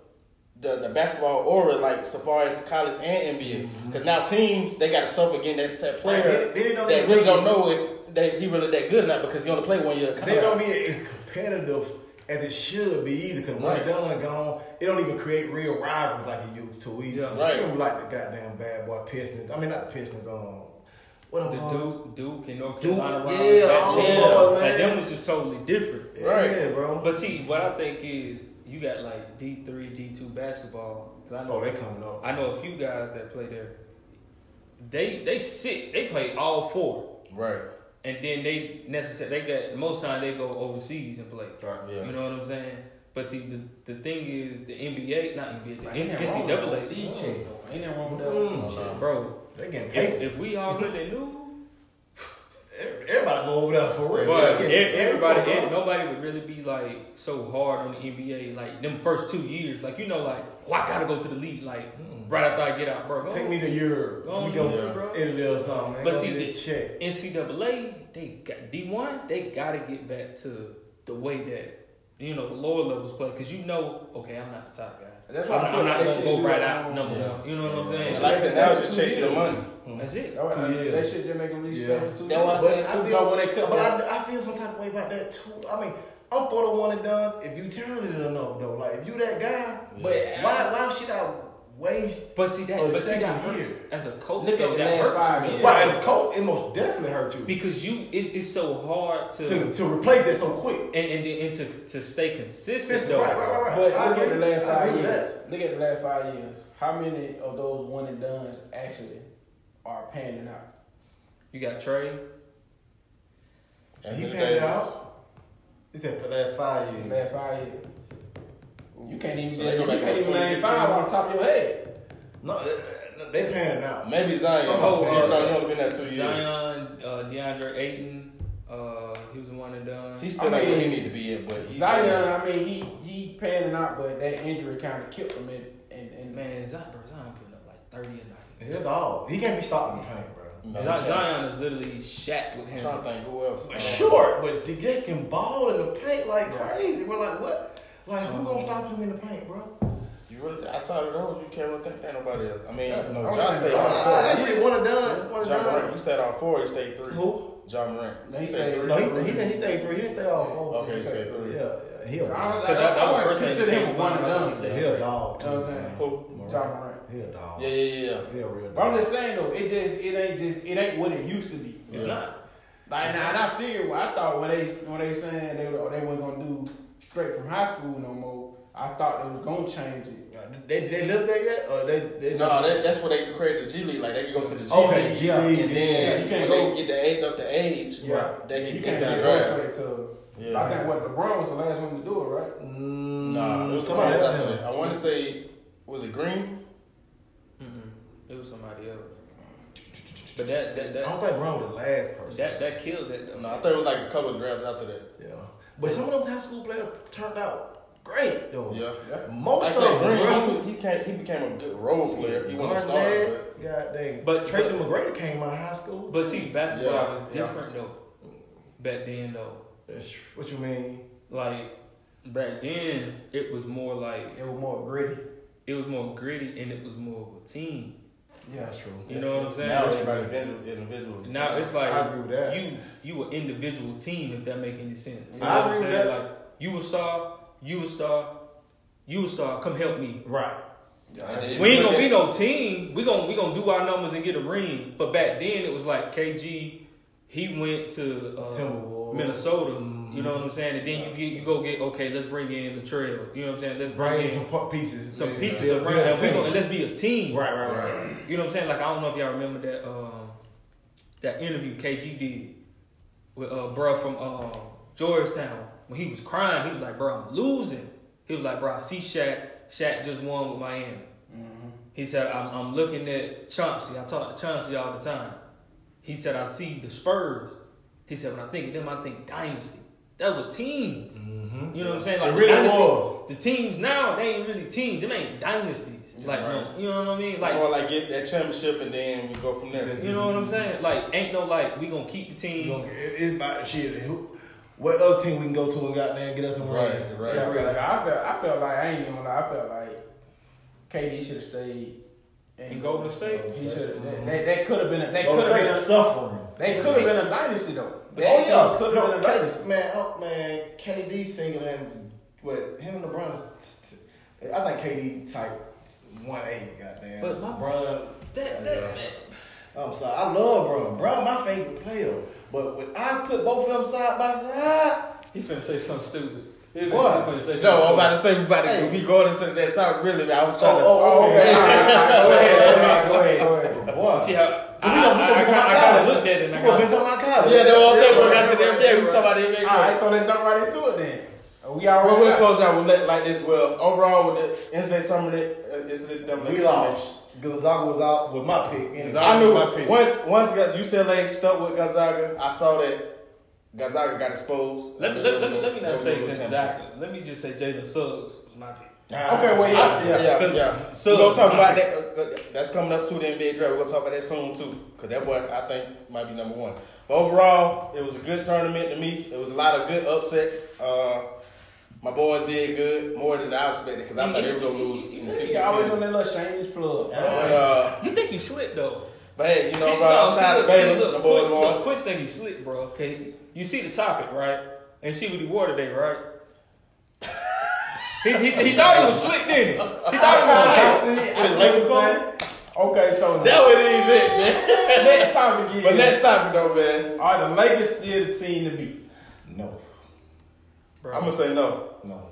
the, the basketball aura, like so far as college and NBA. Because now teams they got to suffer again that, that player
Mm-hmm. They- they don't
that
even
really don't
think-
know if they he really that good or not because he only played one year. of
They don't
college.
be as competitive as it should be either. Because when
Right.
right. done gone, it don't even create real rivals like it used to. Either.
Yeah.
Right.
You don't like the goddamn bad boy Pistons. I mean, not the Pistons. Um, what
The
them um, boys-
Duke, Duke, and North
Duke,
Carolina.
yeah,
rivals back
all
then,
the boys,
like
man.
them was just totally different.
Yeah,
Right.
bro.
But see, what I think is you got like D three, D two basketball. 'Cause I know
oh, they coming up.
I know a few guys that play there. They they sit. They play all four,
Right.
and then they necessarily they got most time they go overseas and play.
Right.
Yeah.
You know what I'm saying? But see, the, the thing is, the NBA, not NBA, the
Man, ain't nothing wrong with
NCAA,
that OC check, though. Ain't nothing wrong with that
Mm.
OC check.
bro.
They getting
If,
paid.
if we already knew,
Everybody go over there for real.
but
They
e-
getting paid,
everybody,
bro.
e- nobody would really be like so hard on the NBA like them first two years. Like you know, like oh, I gotta go to the league like right after I get out, bro. Go
Mm. Take me to Europe.
Go
Let me
on,
go
yeah. bro.
Italy or something. Man.
But
Go
see,
get
the-
a check.
NCAA, they got D one, they gotta get back to the way that you know the lower levels play because you know, okay, I'm not the top guy.
That's why
I'm
I
not,
feel
I'm not
like they
gonna
should
go
do
right
it
out
on-
number one. You know what I'm saying?
It's like I said, now it's just chasing the money.
That's it.
That
Two
was- They
years.
should just make them leave
Yeah.
seven two.
That was-
But
I said,
I
too,
feel-
though, when they cut
But
down-
I, I feel some type of way about that too. I mean, I'm for the one and done's if you talented enough though. Like if you that guy, but
Yeah.
why why should I waste?
But see that,
Oh, the
but see that
second
hurts.
year.
as a coach.
Look at
though,
the
that
last five
hurts you,
years.
man.
Right, the coach, it most definitely hurt you
because you it's, it's so hard to,
to to replace that so quick.
and and, then- and to to stay consistent
Consistent,
though.
right, right, right, right.
But
I
look at the
agree.
last
I
five
agree with
years. Look at the last five years. How many of those one and duns actually are panning out?
You got Trey.
And he paid out. He said for the last five years.
Last five years. You can't even
So
get
they go
you
back
can't
to
even name
2016?
five on the top of your head.
No, eh, eh, they paying it out.
Maybe Zion.
Oh,
Oh,
uh,
no, he only been there two years.
Zion, uh, DeAndre Ayton. Uh, he was the one and done.
He's still
I
not where he
mean,
need to be at, but he's
Zion, I mean, he he panning out, but that injury kind of killed him. And, and, and
man, Zion, bro, Zion putting up like thirty a night.
He's a dog. He can't be stopped in the paint, bro.
Mm.
No, he
Zion,
can't.
Zion is literally Shaq with
I'm
him.
trying to think who else. Uh,
Like, Short, but the guy can ball in the paint like crazy. We're like, what? Like, who gonna stop him in the paint, bro?
You really outside of those, you can't really think that nobody else. I mean, no,
I was
John
thinking
stayed
I,
on four.
I agree. One and done. One and
John
done.
Morant, you stayed on four, you stayed three.
Who?
John Morant.
No, he
You
stayed-
No, he, he, he stayed three. He didn't stay all four.
Okay, he stayed three.
Yeah, yeah. He a
I,
dog.
don't-
Cause that- that
I,
was
I wouldn't
the first thing
consider
that
him
came to
one
my
and
mind.
done.
Yeah.
He a dog.
You know what I'm saying?
Who?
John Morant.
He a dog.
Yeah, yeah, yeah.
He a real dog.
But I'm just saying though, it just it ain't just it ain't what it used to be.
It's not.
Like and I, and I figured what I thought when they when they saying they were- they weren't gonna do straight from high school no more. I thought they was gonna change it.
They they live there yet? Or they they
No, that, that's where they created the G League. Like they go to the G
Okay,
League,
G
and then
League,
yeah, you can't
when
go-
they get the age up to age,
Right.
they can
you can't
get to the
get
draft.
straight to
Yeah.
I think what LeBron was the last one to do it, right?
Nah,
Mm.
it was somebody else after that. I want to say, was it Green?
Mm-mm. It was somebody else. But that that
I don't
that
think Brown was the last person.
that, that killed that though.
No, I thought it was like a couple of drafts after that.
yeah. But some of them high school players turned out great though.
Yeah.
Most
Like I
of them,
said,
Oh, bro.
Green, he, he, came, he became a good role player. He wasn't a star. but-
Barnett, God dang.
But-
Tracy McGrady came out of high school.
But see, basketball
Yeah,
was
yeah.
different though. Back then though,
That's true. what you mean.
like back then it was more like
It was more gritty.
it was more gritty and it was more of a team.
Yeah, that's true.
You know what I'm saying?
Now it's about individual. individual.
Now it's like
I agree with that.
you you an individual team if that make any sense. You know
I
what I'm
agree with
saying?
that.
Like you a star, you a star, you a star. Come help me.
Right.
And
We
then-
ain't gonna be no team. We gonna we gonna do our numbers and get a ring. But back then it was like KG. He went to uh,
Timberwolves. Mm-hmm.
Minnesota. You know what I'm saying? And then you get you go get okay. Let's bring in the trail. You know what I'm saying? Let's bring
Bring
in
some
some,
pu- pieces. Yeah.
pieces
Yeah,
around.
yeah,
And, we
team.
gonna, and let's be a team.
Right, right, right.
You know what I'm saying? Like I don't know if y'all remember that um, that interview KG did with uh, bro from uh, Georgetown when he was crying. He was like, "Bro, I'm losing." He was like, "Bro, I see Shaq. Shaq just won with Miami."
Mm-hmm.
He said, I'm, "I'm looking at Chauncey. I talk to Chauncey all the time." He said, "I see the Spurs." He said, "When I think of them, I think dynasty. That was a team."
Mm-hmm.
You know what I'm saying?
It really
dynasty-
was.
The teams now they ain't really teams. Them ain't dynasties. like no, you know what I mean? Like
or like get that championship and then we go from there.
you know what I'm saying? Like, ain't no like we gonna keep the team.
You know, it- It's about shit. Who, what other team we can go to and goddamn get us a ring?
Right, right.
Yeah,
Yeah, really. Like, I felt, I felt like I ain't even gonna lie. I felt like KD should have stayed
In Golden State?
He should have. That, that, that could have been. A, that
Golden
could have
State
been.
Oh, suffering.
A, they could have been a dynasty though.
But
That
oh, yeah.
could have
No,
been a
K-
dynasty.
Man, oh, man, KD single and what him and LeBron. Is t- t- I think KD type one eight. Goddamn.
But my-
LeBron.
That, that, that,
I'm sorry. I love LeBron. LeBron, my favorite player. But when I put both of them side by side,
he finna say something stupid. He finna-
What?
he finna say
No, I'm
something
about to say we about to
Hey.
we going into that. Stop really. I was
oh,
trying to.
oh, okay.
All right, all right, go ahead, go ahead, go ahead.
Boy.
stupid. See how I,
We done- we
I,
done
I,
been talking
kind
about
of looked
college.
at it and I
We done been
got
talking about college.
yeah, that's what I'm saying.
Yeah,
We
right,
got to them.
right,
Yeah, we
oh. right.
talking about them.
All right, so let's jump right into it then. Uh, We
Well,
already.
we'll
got-
close out with let- like this. Well, overall, with the incident terminate, uh, incident double
We lost. Gonzaga was out with my pick. anyway.
Gonzaga.
I
My
knew
pick.
once once Gonz- UCLA stuck with Gonzaga, I saw that Gonzaga got exposed.
let,
I
me-
knew
let,
they
let,
was
let me
gonna-
not
they
say
was gonna lose
Gonzaga. Let me just say Jalen Suggs was my pick.
Okay,
Well,
well,
yeah,
yeah.
yeah, yeah.
Cause-
yeah.
so-
we're gonna talk about that. uh, That's coming up too. The NBA draft. We're gonna talk about that soon too. Cause that boy, I think, might be number one. But overall, it was a good tournament to me. It was a lot of good upsets. Uh, my boys did good, more than I expected. Cause I thought they were gonna lose in the
Nigga always doing
16.
that little shameless plug.
But,
Ah.
uh,
You think he slick though?
but hey, you know,
Hey,
bro,
no,
shout out to
see,
Baylor.
see,
The
look,
boys
Quince- look,
won.
Quince think he slick, bro. Okay, you see the topic right? And see what he wore today, right? he, he, he thought it was slick, didn't he? He thought it was slick.
I see- I see
Wait,
what you're
Lakers
saying. Okay, so
That was even it, man.
next topic is.
But next topic though, man.
Are the Lakers still the team to beat?
No,
I'm gonna say no.
no,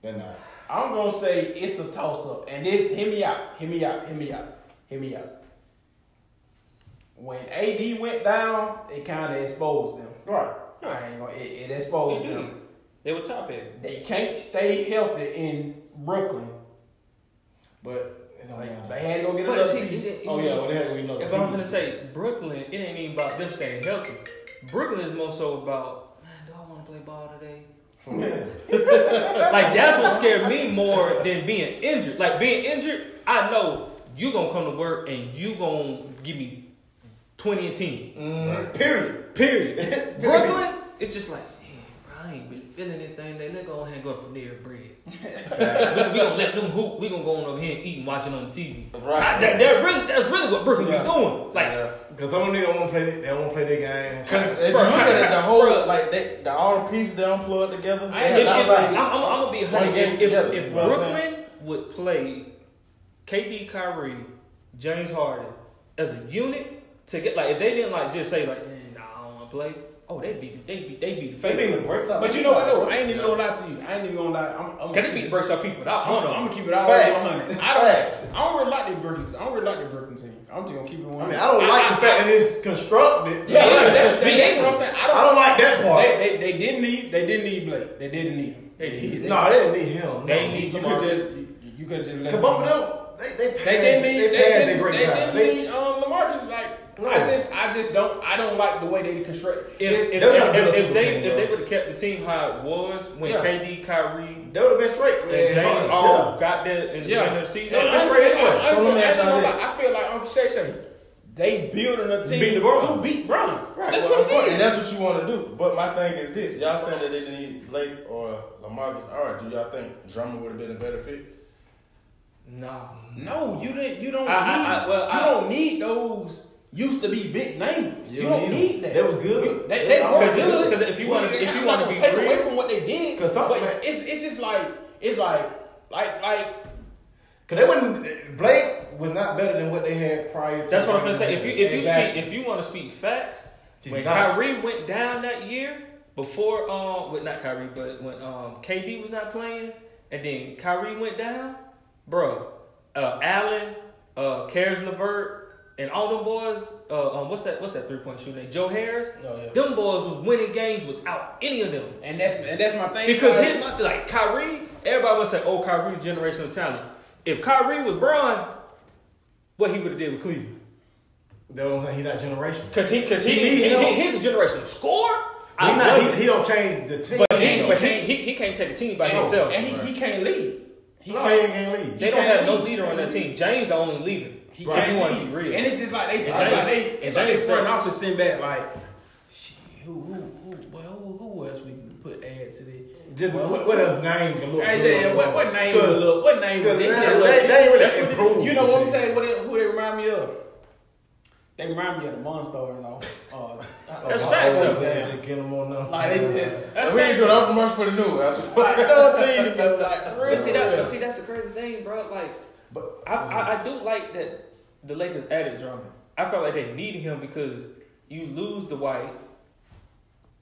they're not.
I'm gonna say it's a toss up, and this, hear me out, hear me out, hear me out, hear me out. When AD went down, it kind of exposed them.
Right.
I ain't gonna, it, it exposed
He did.
them.
They were top heavy.
They can't stay healthy in Brooklyn.
But it don't
Like,
matter.
they had to go get
But
another
see,
piece.
it- it-
oh yeah, well they had to be another
If I'm
piece.
gonna say Brooklyn, it ain't even about them staying healthy. Brooklyn is more so about, man, do I want to play ball today? like that's what scared me more than being injured. Like being injured, I know you gonna come to work and you gonna give me twenty and ten.
Mm-hmm. Mm.
Period. Period. Brooklyn, it's just like. "Man, bro, I ain't been feeling anything. They let go ahead and go up and near bread. we, we gonna let them hoop. We gonna go on over here and eat and watch it on the TV.
Right.
I- that, that really, that's really what Brooklyn
Yeah.
be doing. Like,
Yeah.
Cause some of them niggas don't want to play. They don't want to play their game.
Cause if you
Bruh,
look at it, the whole
bruh.
like they, the all the pieces they don't plug together.
I ain't-
they
if-
not
if-
like-
I'm, I'm, I'm gonna be
one
hundred.
game
If,
together,
if
you know what I'm saying?
Brooklyn would play KD, Kyrie, James Harden as a unit to get like, if they didn't like just say like, eh, nah, I don't want to play. oh, they beat, they beat, they beat the
They beat
favorite.
the brakes out.
But you know what though? I ain't even gonna lie to you. I ain't even gonna lie. I'm, I'm
Cause they beat the Burks out people without
I'm,
one
gonna- I'm
of
gonna
them.
keep it all the way
Facts.
100. I don't,
Facts.
I don't really like the Brooklyn team. I don't really like the Brooklyn team. I'm just gonna keep it one.
I mean, I don't like the fact that it's constructed.
Yeah, yeah, that's,
Me
that's
neither.
what I'm saying. I
I
don't.
don't like that part.
they, they, they didn't need. They didn't need Blake. They didn't need him. They, he- they-
No, they didn't need him.
They
no.
need-
you could just. you- You could just let.
Cause
him
both
go.
of them, they they passed.
They didn't need. They,
they passed their
didn't,
great
they
time.
didn't
They-
need um, Lamarcus. Like
No.
I just, I just don't. I don't like the way they construct.
If if, if,
They would've been a
if
super
they
team,
if
bro.
they would have kept the team how it was when
Yeah.
KD, Kyrie,
They would have been straight.
and
man.
James
Yeah.
all got there in the
Yeah.
beginning of the season,
And
That's
honestly,
great anyway.
I-
So let me
honestly,
ask y'all
I
this.
feel like- I feel like Uncle Shay Shay, they building a team
Beat LeBron.
to beat Bron.
Right.
That's
well,
what he
of course.
And that's what you want to do. But my thing is this: y'all saying that they didn't need Blake or Lamarcus. All right, do y'all think Drummond would have been a better fit?
nah.
No, you didn't. You don't
I- I-
need.
I- well,
you
I-
don't need those. Used to be big names. You, don't need,
them.
that.
They was good.
They, they
I
were
was
good.
Because if you wanna-
Well,
if you
I'm
wanna
not
be
gonna take
real-
away from what they did,
'Cause some-
but it's it's just like it's like like like
Cause they wouldn't. Blake was not better than what they had prior. to
That's what I'm gonna say. If you if you
Exactly.
speak if you want to speak facts,
He's
when
not.
Kyrie went down that year, before um, well, not Kyrie, but when um KD was not playing, and then Kyrie went down, bro, uh, Allen, uh, Karis LeVert, and all them boys, uh, um, what's that? What's that three point shooting? name? Joe Harris.
Oh, yeah.
Them boys was winning games without any of them.
and that's and that's my thing
Because
so-
his like Kyrie, everybody would say, "Oh, Kyrie's generational talent." If Kyrie was Bron, what he would have did with Cleveland?
they don't think he's not generational.
Cause he, cause he,
He
he,
need
he,
help.
he's a generational scorer.
He,
I
not,
know,
he, he don't change the team.
but he,
No.
but he, he, he can't take the team by
and,
himself.
and he, he can't lead. He
no,
can't.
he can't lead.
they don't
can't
have no
lead.
leader on that team. James the only leader. He
Right.
can't want to be real.
And it's just like they, it's
And
just like
James-
they,
and
it's like they
James
front
said-
office sitting back like, shit, who, who, who, boy, who, who else we can put add to this?
Just
Well,
what, what else name can look
Hey,
good?
yeah, what, what name?
Cause-
would look, what name?
cause
would
they,
they,
they,
look-
they,
that's
really
what they-
improved.
You know what I'm
the
saying?
team.
What they, who they remind me of? They remind me of the Monstars, though. Uh,
That's
Oh,
facts,
oh,
though.
yeah, just get them on now.
like they just
That's
we
fact.
ain't doing that much for the new.
like thirteen to be like.
But see, that,
real.
but see, that's the crazy thing, bro. Like,
But-
I, I, I do like that the Lakers added Drummond. I felt like they needed him because you lose the White,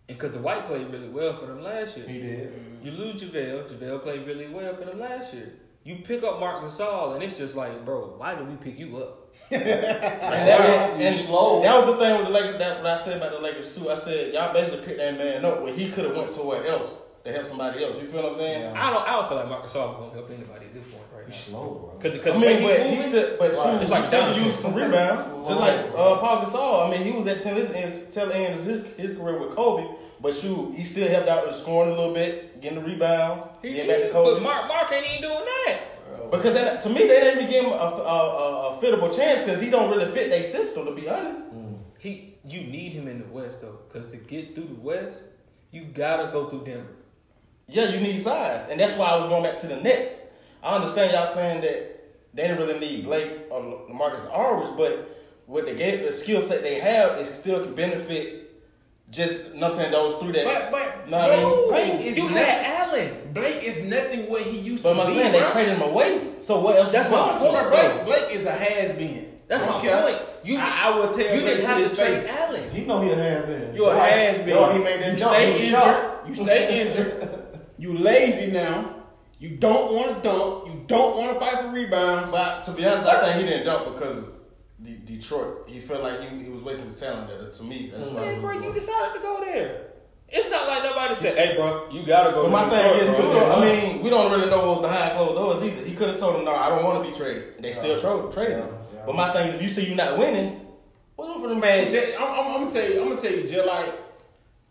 and because the White played really well for them last year.
He did.
You lose JaVale. JaVale played really well for them last year. You pick up Mark Gasol, and it's just like, bro, why did we pick you up?
And that,
You
and
slow.
that was the thing with the Lakers. That what I said about the Lakers too. I said y'all basically picked that man up when he could have went somewhere else to help somebody else. You feel what I'm saying?
Yeah.
I don't. I don't feel like Mark Gasol was gonna help anybody at this point right
He's
now.
slow, bro.
Because
I mean, but he still, but
Right.
shoot,
It's
it's
like
like still
Dunn.
used from rebounds,
Right.
just like uh, Paul Gasol. I mean, he was at tail his end, tail end of his, his career with Kobe, but shoot, he still helped out with scoring a little bit, getting the rebounds, getting back to
but
Kobe.
Mark Mark ain't even doing that.
because that, to me, they didn't even give him a, a, a, a fittable chance because he don't really fit their system. To be honest,
He, you need him in the West though, because to get through the West, you gotta go through Denver.
yeah, you need size, and that's why I was going back to the Nets. I understand y'all saying that they didn't really need Blake or Lamarcus Aldridge, but with the game, the skill set they have, it still can benefit. Just, you know what I'm saying, those through
But
that.
but
No, I mean,
Blake is
you
nothing-
had Allen.
Blake is nothing what he used
But
to
I'm
be.
saying they
bro.
traded him away. So what else?
That's
you
my
want
point.
to-
Bro, Blake, Blake is a has been.
That's my point. You-
I, I would tell
You
Blake
didn't have to
his
trade
face,
Allen.
He know he a has been.
You a
That's why-
has
that's why
been.
He made that
you
jump.
Stay
He
injured.
shot.
You stay injured. You lazy now. You don't want to dunk. You don't want to fight for rebounds.
But to be honest, I think he didn't dunk because De- Detroit. He felt like he, he was wasting his talent there. To me, that's why.
Man, bro, you decided to go there. It's not like nobody said, "Hey, bro, you gotta go."
But my
to
thing
Detroit,
is too.
bro."
Though, I mean, we don't really know behind closed doors either. He could have told him, "No, I don't want to be traded." They still traded traded him.
Yeah, yeah.
But my thing is, if you see you not winning, what's up for the
Man,
man?
Jay, I'm, I'm, I'm gonna tell you. I'm gonna tell you. Just like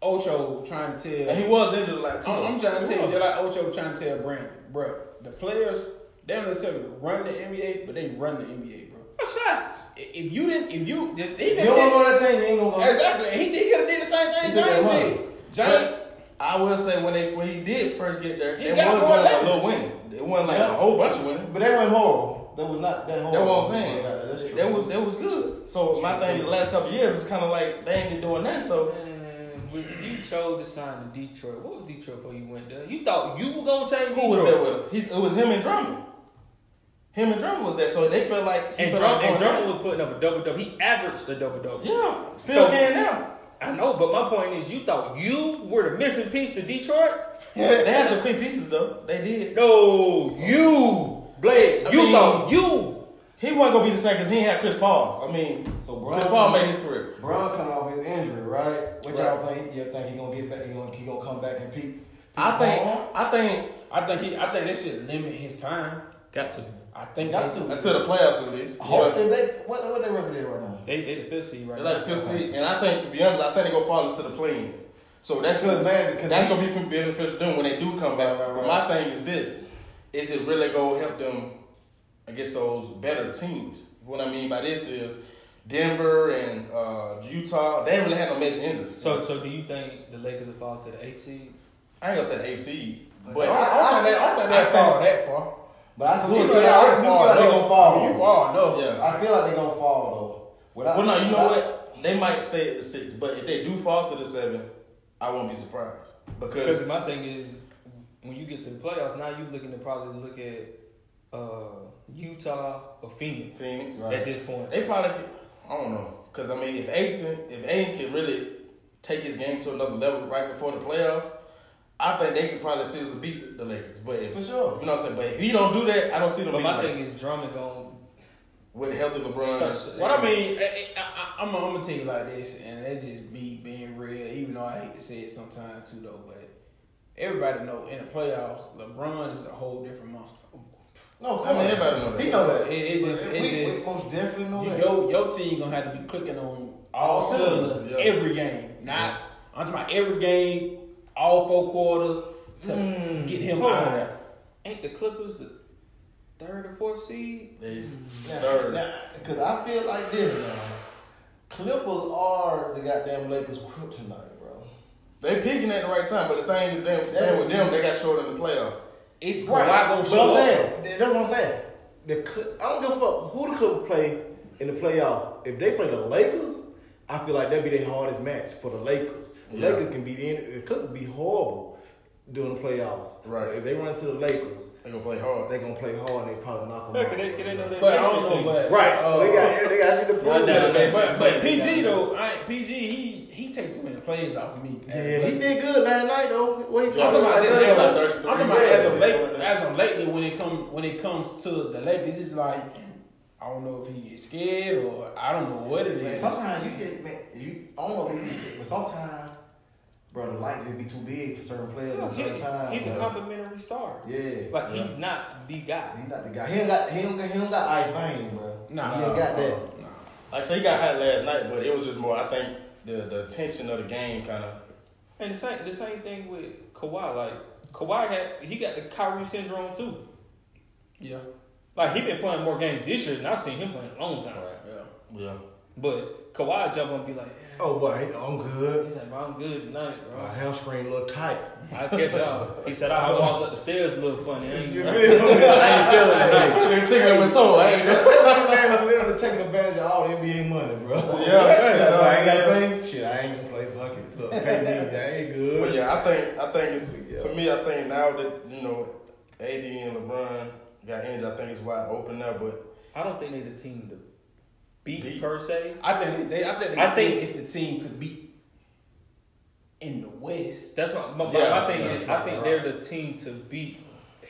Ocho trying to tell.
And he was injured like two.
Oh,
I'm, I'm trying to tell you. Just like Ocho trying to tell Brandon, bro. The players they don't necessarily run the NBA, but they run the NBA, bro.
that's facts.
If you didn't, if you, if
If
even
you don't want to go to that team, you ain't gonna go.
exactly, he, he could have did the same thing
He took that
James
money.
did. James,
But I will say when they when he did first get there,
He
it was
got more
going like a
leverage.
little winning. It wasn't like
Yeah.
a whole bunch of winning.
But that wasn't horrible. That was not that
That's
horrible.
what I'm saying.
Yeah, That's true.
That was that was good. So my thing the last couple of years is kind of like they ain't been doing nothing. So
Man, when you chose to sign to Detroit, what was Detroit before you went there? You thought you were gonna change
who was
Detroit.
there with him? He, it was him and Drummond. Him and Drummond was there. So they felt like he
And,
felt
Drum,
like going
and Drummond was putting up a double double. He averaged a double double.
down. Yeah, still
So-
can now.
I know, but my point is, you thought you were the missing piece to Detroit.
they had some clean pieces though. They did.
No, you, Blake.
I
you
mean-
thought you.
He wasn't gonna be the same because he ain't had Chris Paul. I mean,
So
Chris Paul
Bron
made his career.
Bron come off his injury, right? What y'all
Right.
think? You think he gonna get back? He gonna he gonna come back and peak?
I think. I think
I think he, I think they should limit his time.
Got to.
I think
Got
they,
to.
until the playoffs at least.
Hopefully, they, what what they record there right now?
They they the fifth seed right
They like the fifth seed, and I think to be honest, I think they gonna fall into the play. So that's
Because, man, because
that's
they-
gonna be from beneficial to them when they do come back.
Right, right,
But
right.
my thing is this: is it really gonna help them against those better teams? What I mean by this is Denver and uh, Utah. They ain't really had no major injuries.
So so do you think the Lakers will fall to the eighth seed?
I ain't gonna say the eighth seed, but
I, I, I, I, think they
I
fall
think-
that far.
But I do
You
feel,
know
like, I do feel like
enough.
they're gonna fall.
You fall enough.
Yeah.
I feel like they're gonna fall though. Without,
well, no, you know
without-
what? They might stay at the six, but if they do fall to the seven, I won't be surprised because
Because my thing is, when you get to the playoffs, now you're looking to probably look at uh, Utah or Phoenix
Phoenix.
at this point.
They probably, could, I don't know, because I mean, if Aiden, if Aiden can really take his game to another level right before the playoffs, I think they could probably seriously beat the Lakers. But if
For sure.
you know what I'm saying, but if he don't do that, I don't see them
But
beating
my
the
thing
Lakers.
is, Drummond going
with healthy LeBron.
What
What I mean, I, I, I, I'm, I'm gonna tell you like this, and that just be being real. Even though I hate to say it sometimes too, though, but everybody know in the playoffs, LeBron is a whole different monster.
No,
I mean, everybody know that.
He knows that.
It- it
But
just- it
we, we
just-
most definitely know
You,
that.
your, your team gonna have to be clicking on
All
all
cylinders,
cylinders
yeah.
every game. Not I'm talking about every game, all four quarters to
Mm.
get him
hold
out
on.
of there.
ain't the Clippers the third or fourth seed?
He's
Now-
third.
Mm-hmm. now, Cause I feel like this now. Clippers are the goddamn Lakers kryptonite, bro.
They peaking at the right time, but the thing is, them, thing with them, they got short in the playoffs.
It's Kawhi gonna
But
show
I'm
up.
saying that- that's what I'm saying. The Cl- I don't give a fuck who the Clippers play in the playoff. If they play the Lakers, I feel like that'd be their hardest match for the Lakers. The
Yeah.
Lakers can be in the Clippers be horrible during the playoffs.
Right.
If they run into the Lakers,
They gonna play hard.
they're gonna play hard and they probably knock them
Yeah,
out.
can they, can they know that?
But I don't know. But
Right.
uh,
so they got they got shit to prove.
Yeah,
they-
but, but, but
they-
PG though, I, PG he he take too many plays off of me.
Yeah, he did good last night though. What he
Yeah,
I'm talking about,
Like,
this-
they
this-
like
I'm
33
talking about as of
yards.
late, as of lately when it comes when it comes to the Lakers, it's just like I don't know if he gets scared or I don't know what it
Man,
is.
sometimes you get man, you I don't know if you get scared, but sometimes, bro, the lights will be too big for certain players at certain times.
He- he's a
bro.
complimentary star.
Yeah,
Like
yeah.
he's not the guy.
He not the guy. He don't got he don't got he don't got ice vein, bro.
Nah,
he ain't got that.
Nah.
Like I said, he got hot last night, but it was just more. I think the the tension of the game kind of.
And the same the same thing with Kawhi. Like Kawhi had he got the Kyrie syndrome too.
Yeah.
Like he been playing more games this year than I've seen him play in a long time.
Yeah.
But Kawhi jump up and be like,
Oh boy, he- I'm good.
he's like, bro, I'm good tonight, bro.
My hamstring a little tight.
I catch y'all. He said, I walked up the stairs a little funny. I ain't, I ain't feeling it.
They tickling my toe. I ain't.
That man was literally taking advantage of all the NBA money, bro.
Yeah.
Like, I ain't gotta play. Shit, I ain't gonna play. Fuck it. Look, pay me. That ain't
But
good.
yeah, I think I think it's to me. I think now that you know, AD and LeBron got injured, I think it's wide open now. But
I don't think they the team to beat,
Beat.
per se.
I think they, I think, they
I think-
it's the team to beat in the West.
That's what my, my-
Yeah,
my thing
yeah,
is. I think they're the team to beat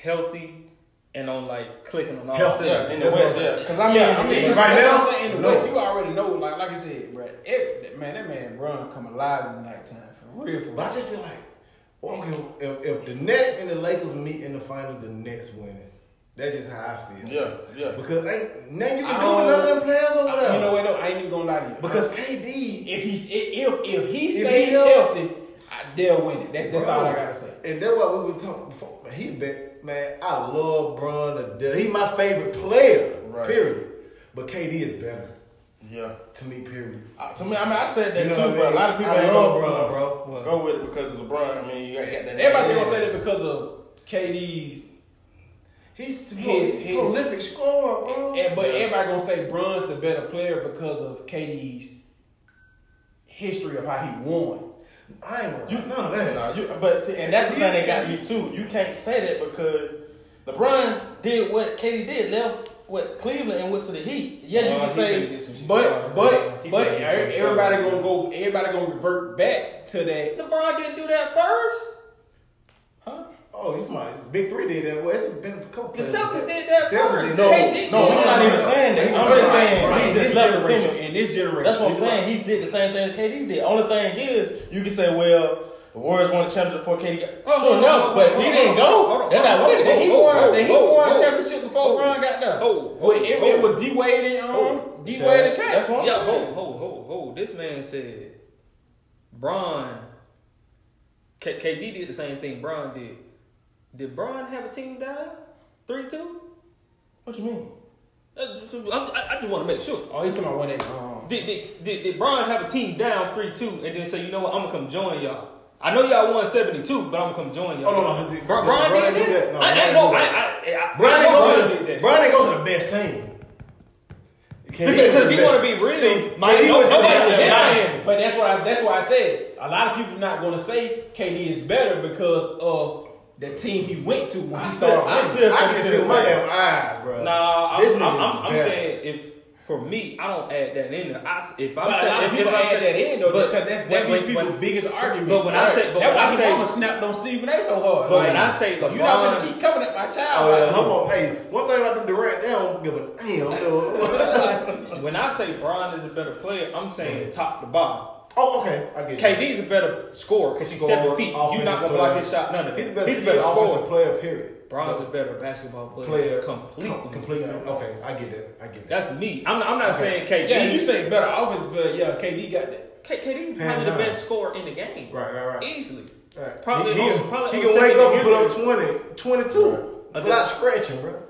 healthy and on like clicking on all.
Healthy.
cylinders.
yeah, in the West, yeah, because I mean, I mean,
That's-
right
that's
now,
what I'm saying, in the
no.
West, you already know, like like I said, bro, it, man, that man Bron come alive in the nighttime for real. For real.
But I just feel like, well, I don't give- if, if the Nets and the Lakers meet in the finals, the Nets winning. That's just how I feel.
yeah, yeah.
Because ain't nothing you can
I
do with
don't-
none of them players over there.
you know what though? I ain't even gonna lie to you.
Because KD
If he's if if he stays
he healthy,
healthy, I, they'll win it. That's that's all I gotta say.
And that's what we were talking before. Man, he bet, man, I love Bron to death. He my favorite player.
Right.
Period. But KD is better
yeah.
to me. Period.
Uh, To me, I mean, I said that
You know
too,
what I
but
mean?
a lot of people
I
ain't
love
gonna,
Bron,
bro.
Go with it because of LeBron. I mean, you ain't got that.
Everybody gonna say that because of KD's,
He's the
His-
most
his-
prolific scorer, bro.
and, eh, but
Yeah.
everybody gonna say Bron's the better player because of KD's history of how he won.
I ain't gonna
You,
lie, none of that.
Nah, you, but see, and that's the thing that got me too. You can't say that because LeBron did what Katie did, left
with Cleveland and went to the Heat. Yeah, you
Nah,
can
Oh, he
say
finna get some shit.
But
He
but but
finna get some shit.
everybody gonna go. Everybody gonna revert back to that.
LeBron didn't do that first.
Oh, he's my big three did that. Well, it's been a couple.
The
players.
Celtics did that
Celtics did
first.
that.
KG
no,
did
we're
that.
not even saying that. I'm just saying he just left the team.
in this generation.
That's what I'm saying. He did the same thing that KD did. Only thing is, you can say, well, the Warriors won the championship before KD got.
Oh,
sure
oh,
enough,
oh,
but
oh,
he
oh,
didn't
oh,
go.
oh,
They're not
oh,
winning.
oh,
They-
He
oh,
won.
oh,
the Heat
oh,
won
oh,
championship before
oh,
Bron got there.
oh,
Well, it,
oh,
it was D Wade and um,
oh,
D Wade and Shaq.
That's what I'm
Yo,
saying.
ho, ho, ho, ho. This man said, Bron, K- KD did the same thing Bron did. Did Bron have a team down? 3 2?
What you mean?
Uh, I, I just want to make sure.
Oh, he talking about when they um.
Did, did, did, did Bron have a team down 3 2 and then say, you know what, I'm going to come join y'all? I know y'all won 72, but I'm going to come join y'all.
Oh, no, no, he- no,
Bron, Bron,
Bron
did
didn't do
that?
that. No,
I I
Bron
know. I,
didn't
I, I,
Brian
I
didn't
know
go
Bron
to
did
the
that.
Brian didn't go to the best team.
Because if you want to be real, Mike,
he
no,
went to
nobody
the-
was
the-
saying-
But that's why that's why I said a lot of people not going to say KD is better because of the team he went to when he
I
started.
still,
winning.
I still, I
I
can
can
see with
see
my
that.
damn eyes, bro.
Nah,
This
I'm,
nigga
I'm,
is
I'm, I'm
bad.
saying if for me, I don't add that in there. I, s- if
But a
I'm
lot of
saying if,
people
if I'm
add that
saying-
in though,
but
because that's
when-
that be
when-
people's
when-
biggest argument.
but when I say- but
that's
when
why
I
his
say-
mama snapped on Stephen A. so hard.
But when I say
you're not
LeBron-
gonna keep coming at my child.
Oh, yeah,
like,
I'm on. Hey, one thing about them Durant, they don't give a damn. though.
when I say Bron is a better player, I'm saying top to bottom.
oh, okay, I get it.
KD is a better scorer because he's seven feet. You're not gonna block his shot. None of it.
He's the best
he's a
kid
better
offensive
scorer.
player. Period.
Bron's a better basketball player.
player
completely.
com- completely. Okay, I get it. I get it.
That's me. I'm, I'm not saying KD.
yeah, you say better offense, but yeah, KD got that.
K- KD
Hand
probably the
down.
best scorer in the game.
Right, right, right.
Easily.
Right.
Probably
he, he,
on- probably
he
on
can wake
second
up and put
unit.
up 20, 22 without scratching, bro.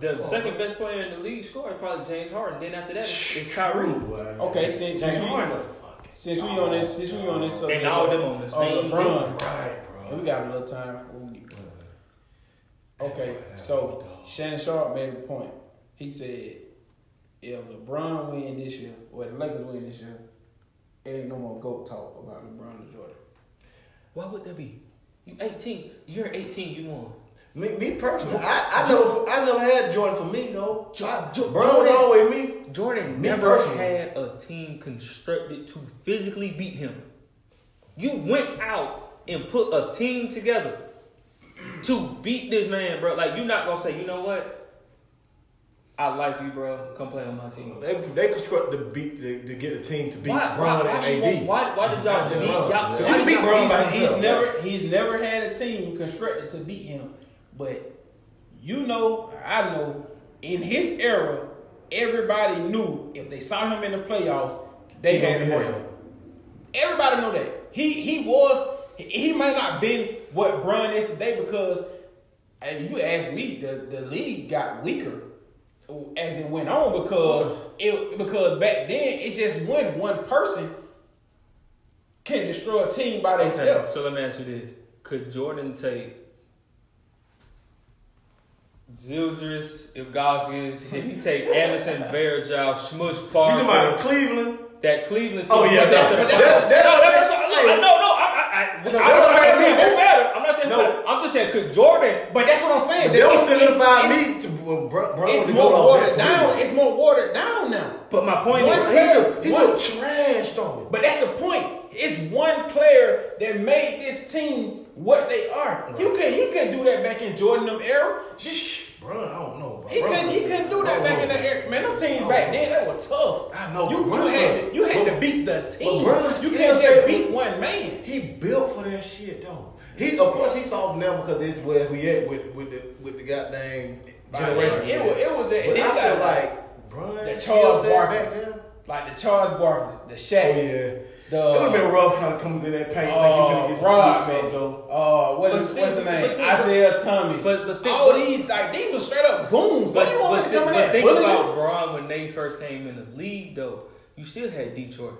The second best player in the league scorer is probably James Harden. Then after that, it's
Ooh,
Kyrie.
boy.
Okay, since since
James Harden
we
the fucking-
since we on this since we on this
And
subject
all
of-
them on this
of
thing.
LeBron.
Right,
And
bro.
we got a little time. Okay, so Shannon Sharp made a point. He said, if LeBron win this year, or the Lakers win this year, it ain't no more GOAT talk about LeBron or Jordan.
Why would that be? You 18. You're 18. You won.
Me, me personally, I, I never, I never had Jordan for me though. Jordan,
Jordan.
Jordan always me.
Jordan
Me
never
personally.
had a team constructed to physically beat him. You went out and put a team together to beat this man, bro. Like you're not gonna say, you know what? I like you, bro. Come play on my team.
They they construct the beat to, to get a team to beat
Why, why,
Bron
why, do
and
you
AD.
want- why, why did y'all
Not just
need
Bron,
y'all?
yeah.
why
You
did
can beat
y'all
Bron
need
by
some-
He's
himself.
never he's never had a team constructed to beat him. But you know, I know, in his era, everybody knew if they saw him in the playoffs, they
He gonna
had
be
him.
him.
Everybody know that. He he was he might not been what Bron is today because and if you ask me, the, the league got weaker as it went on because it because back then it just one one person can destroy a team by themselves.
Okay, so let me ask you this: Could Jordan take Zildris, Ilgauskas? Did he take Anderson, Verjao, Smush
You talking about
Parker?
Cleveland?
That Cleveland team?
Oh, yeah,
went down
no,
to the
but that-
finals.
that-
no,
that-
that's what- no,
hey.
no, no. I, I, I,
No,
I'm,
that's
not
what I'm
saying
saying.
that's better. I'm not saying
No.
better. I'm just saying could Jordan?
But that's what I'm saying.
They don't
It's- it's-
solidify
it's-
me to when Bron. Bron
It's
was
more
going off
watered
that for
down.
me.
It's more watered down now.
But my point
What?
is,
He's a, he's
One-
a trash though.
But that's the point. It's one player that made this team what they are. You could he couldn't do that back in Jordan them era. He
Bron, I don't know. Bro.
couldn't he couldn't do that back in the era. Man, them teams back then they were tough.
I know,
You,
but
you
Bron-
had to, you had
but-
to beat the team.
Bron's
you
kids
can't just
said-
beat one man.
He built for that shit though. He of course he's soft now because this where we at with with the with the goddamn generation.
It was it was just,
but
they
I
got
feel like Bron,
the Charles
Hill said back
Barklers,
then-
like the Charles Barklers, the
Oh
Shaqs,
yeah.
the
it would have been rough trying to come to that paint.
Oh,
think you finna get
Rod,
some man, though.
Oh, what
But
is
see,
what's the
but-
name?
but think-
Isaiah Thomas.
but- but think-
all these like these were straight up goons. But
but,
you
but,
want to
thi-
come in
but
there?
think
bullying
about
them?
Braun when they first came in the league, though. You still had Detroit.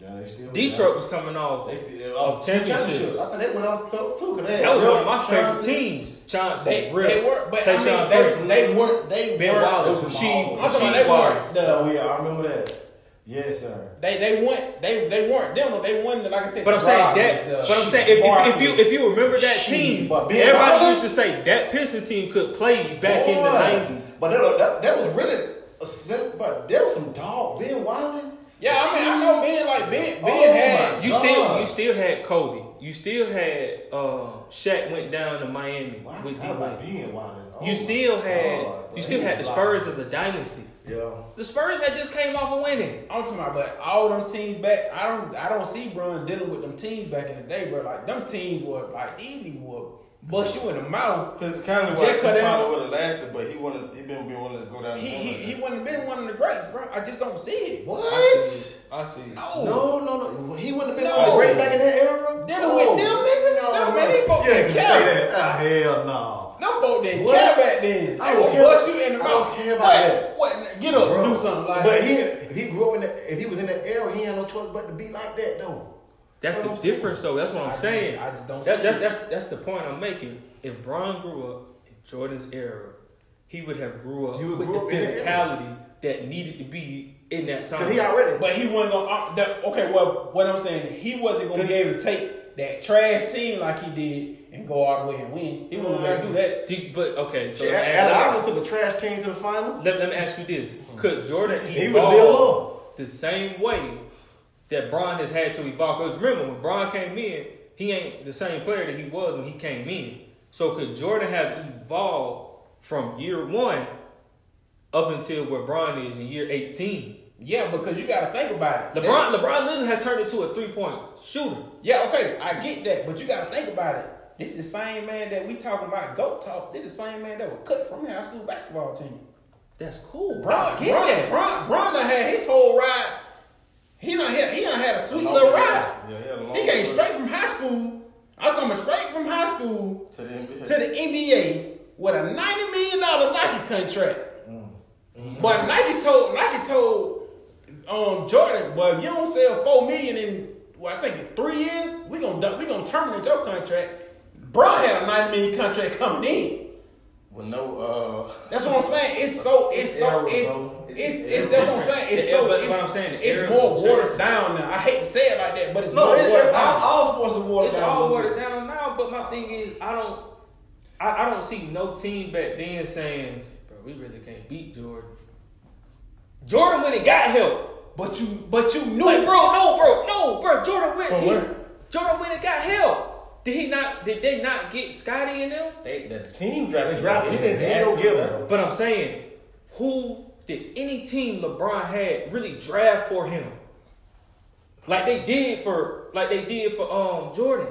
Yeah, they still
Detroit was coming off
They still
of
off
championships.
championships. I think they went off tough too. Cause they had
That was
Wilt,
one of my favorite
Chauncey.
teams. Chauncey,
They,
Rip,
they weren't, but I mean,
Tayshaun
they,
Prince,
they weren't. They
Ben
weren't.
Wallace,
Those were
Rasheed,
my
I'm talking about
Rasheed
they
Wallace.
weren't.
Oh
The,
yeah, I remember that. Yes, sir.
They they want they they weren't them. They won. Like I said,
But I'm
the
saying
Rockets,
that.
the-
But I'm saying if, if, if you if you remember that
Shit,
team,
but Ben
everybody
Wallace?
used to say that Pistons team could play back in the
Boy.
nineties.
But that, that, that was really a simple, but there was some dog. Ben Wallace.
yeah, I mean I know Ben like Ben Ben
Oh
had
my-
You
God.
still you still had Kobe. You still had uh, Shaq went down to Miami
Wow,
with D
how about
Wade.
Ben Wallace? Oh
You
my
still had
God, bro.
you still
He
had the
was
Spurs as a dynasty.
lying. Yeah.
The Spurs that just came off of winning.
I'm talking about, but all them teams back, I don't, I don't see Brun dealing with them teams back in the day, bro. Like them teams were like easily would bust you in the mouth.
Because kind of
Jack
what
cut it
probably
out.
would have lasted, but he wanted he been been wanting to go down.
He
the
he,
road.
he wouldn't have been one of the greats, bro. I just don't see it.
I
What?
see. I see.
No,
No, no, no. He wouldn't have been
No.
no. great back in that era.
dealing with them niggas,
no,
no,
no.
man, they folk
You ain't
didn't
gonna say
care.
that. Ah, hell no.
Them folk didn't
What?
care back then.
I
They
don't
would
care-
bust you in the
I
mouth.
don't care about
What?
that.
What? Get up,
Bruh.
do something like.
But he, if he grew up in the, if he was in that era, he had no choice but to be like that though.
That's
What
the
I'm saying.
difference, though. That's what
I
I'm
just-
saying.
I just don't
That-
see
that's,
it.
that's that's the point I'm making. If Bron grew up in Jordan's era, he would have grew up
He would
with
grew up
the
in that era.
physicality that needed to be in that time.
Cause he already.
But he wasn't gonna. Uh, that, okay, well, what I'm saying is he wasn't gonna be able to take that trash team like he did and go all the way and win. He wasn't gonna do that.
Do you- but okay, so
Shit,
let, me
Allen
ask,
Iverson took a trash team to the finals.
let- let me ask you this: Could Jordan
He would be alone.
evolve the same way that Bron has had to evolve? Because remember, when Bron came in, he ain't the same player that he was when he came in. So could Jordan have evolved from year one up until where Bron is in year eighteen?
Yeah, because you gotta think about it.
LeBron, LeBron literally has turned into a three point shooter.
Yeah, okay, I get that, but you gotta think about it. This the same man that we talking about goat talk. This the same man that was cut from high school basketball team.
That's cool.
Bron,
I get
Bron,
that.
Bron, Bron done had his whole ride. He done had, he done had a sweet
Long
little
way.
ride.
Yeah, he had a long
He came
way.
straight from high school. I'm coming straight from high school
to the NBA.
to the NBA with a ninety million dollar Nike contract.
Mm.
But Nike told Nike told um, Jordan, but if you don't sell four million in well, I think in three years, we gonna dump, we gonna terminate your contract. Bro had a ninety million contract coming in.
with no uh,
That's what I'm saying. It's so it's so
It's
it's
era, bro. It's
it's,
just
it's
era.
that's what I'm saying. It's
Yeah,
so
but what
it's,
I'm saying, the
it's
era
more
was
watered
changed.
down now. I hate to say it like that, but it's
No,
more
it's,
watered
all,
down.
all sports are watered
It's
down.
all watered down now, but my thing is, I don't, I, I don't see no team back then saying, "Bro, we really can't beat Jordan." Jordan went and got help.
But you but you knew
Like, bro, no, bro, no, bro. Jordan went.
From
he-
where?
Jordan went and got help. Did he not? Did they not get Scotty and them?
they, the team drafted.
They drafted
him.
him. They
ask
no
him
give
that.
him.
But I'm saying, who did any team LeBron had really draft for him? Like they did for, like they did for um Jordan.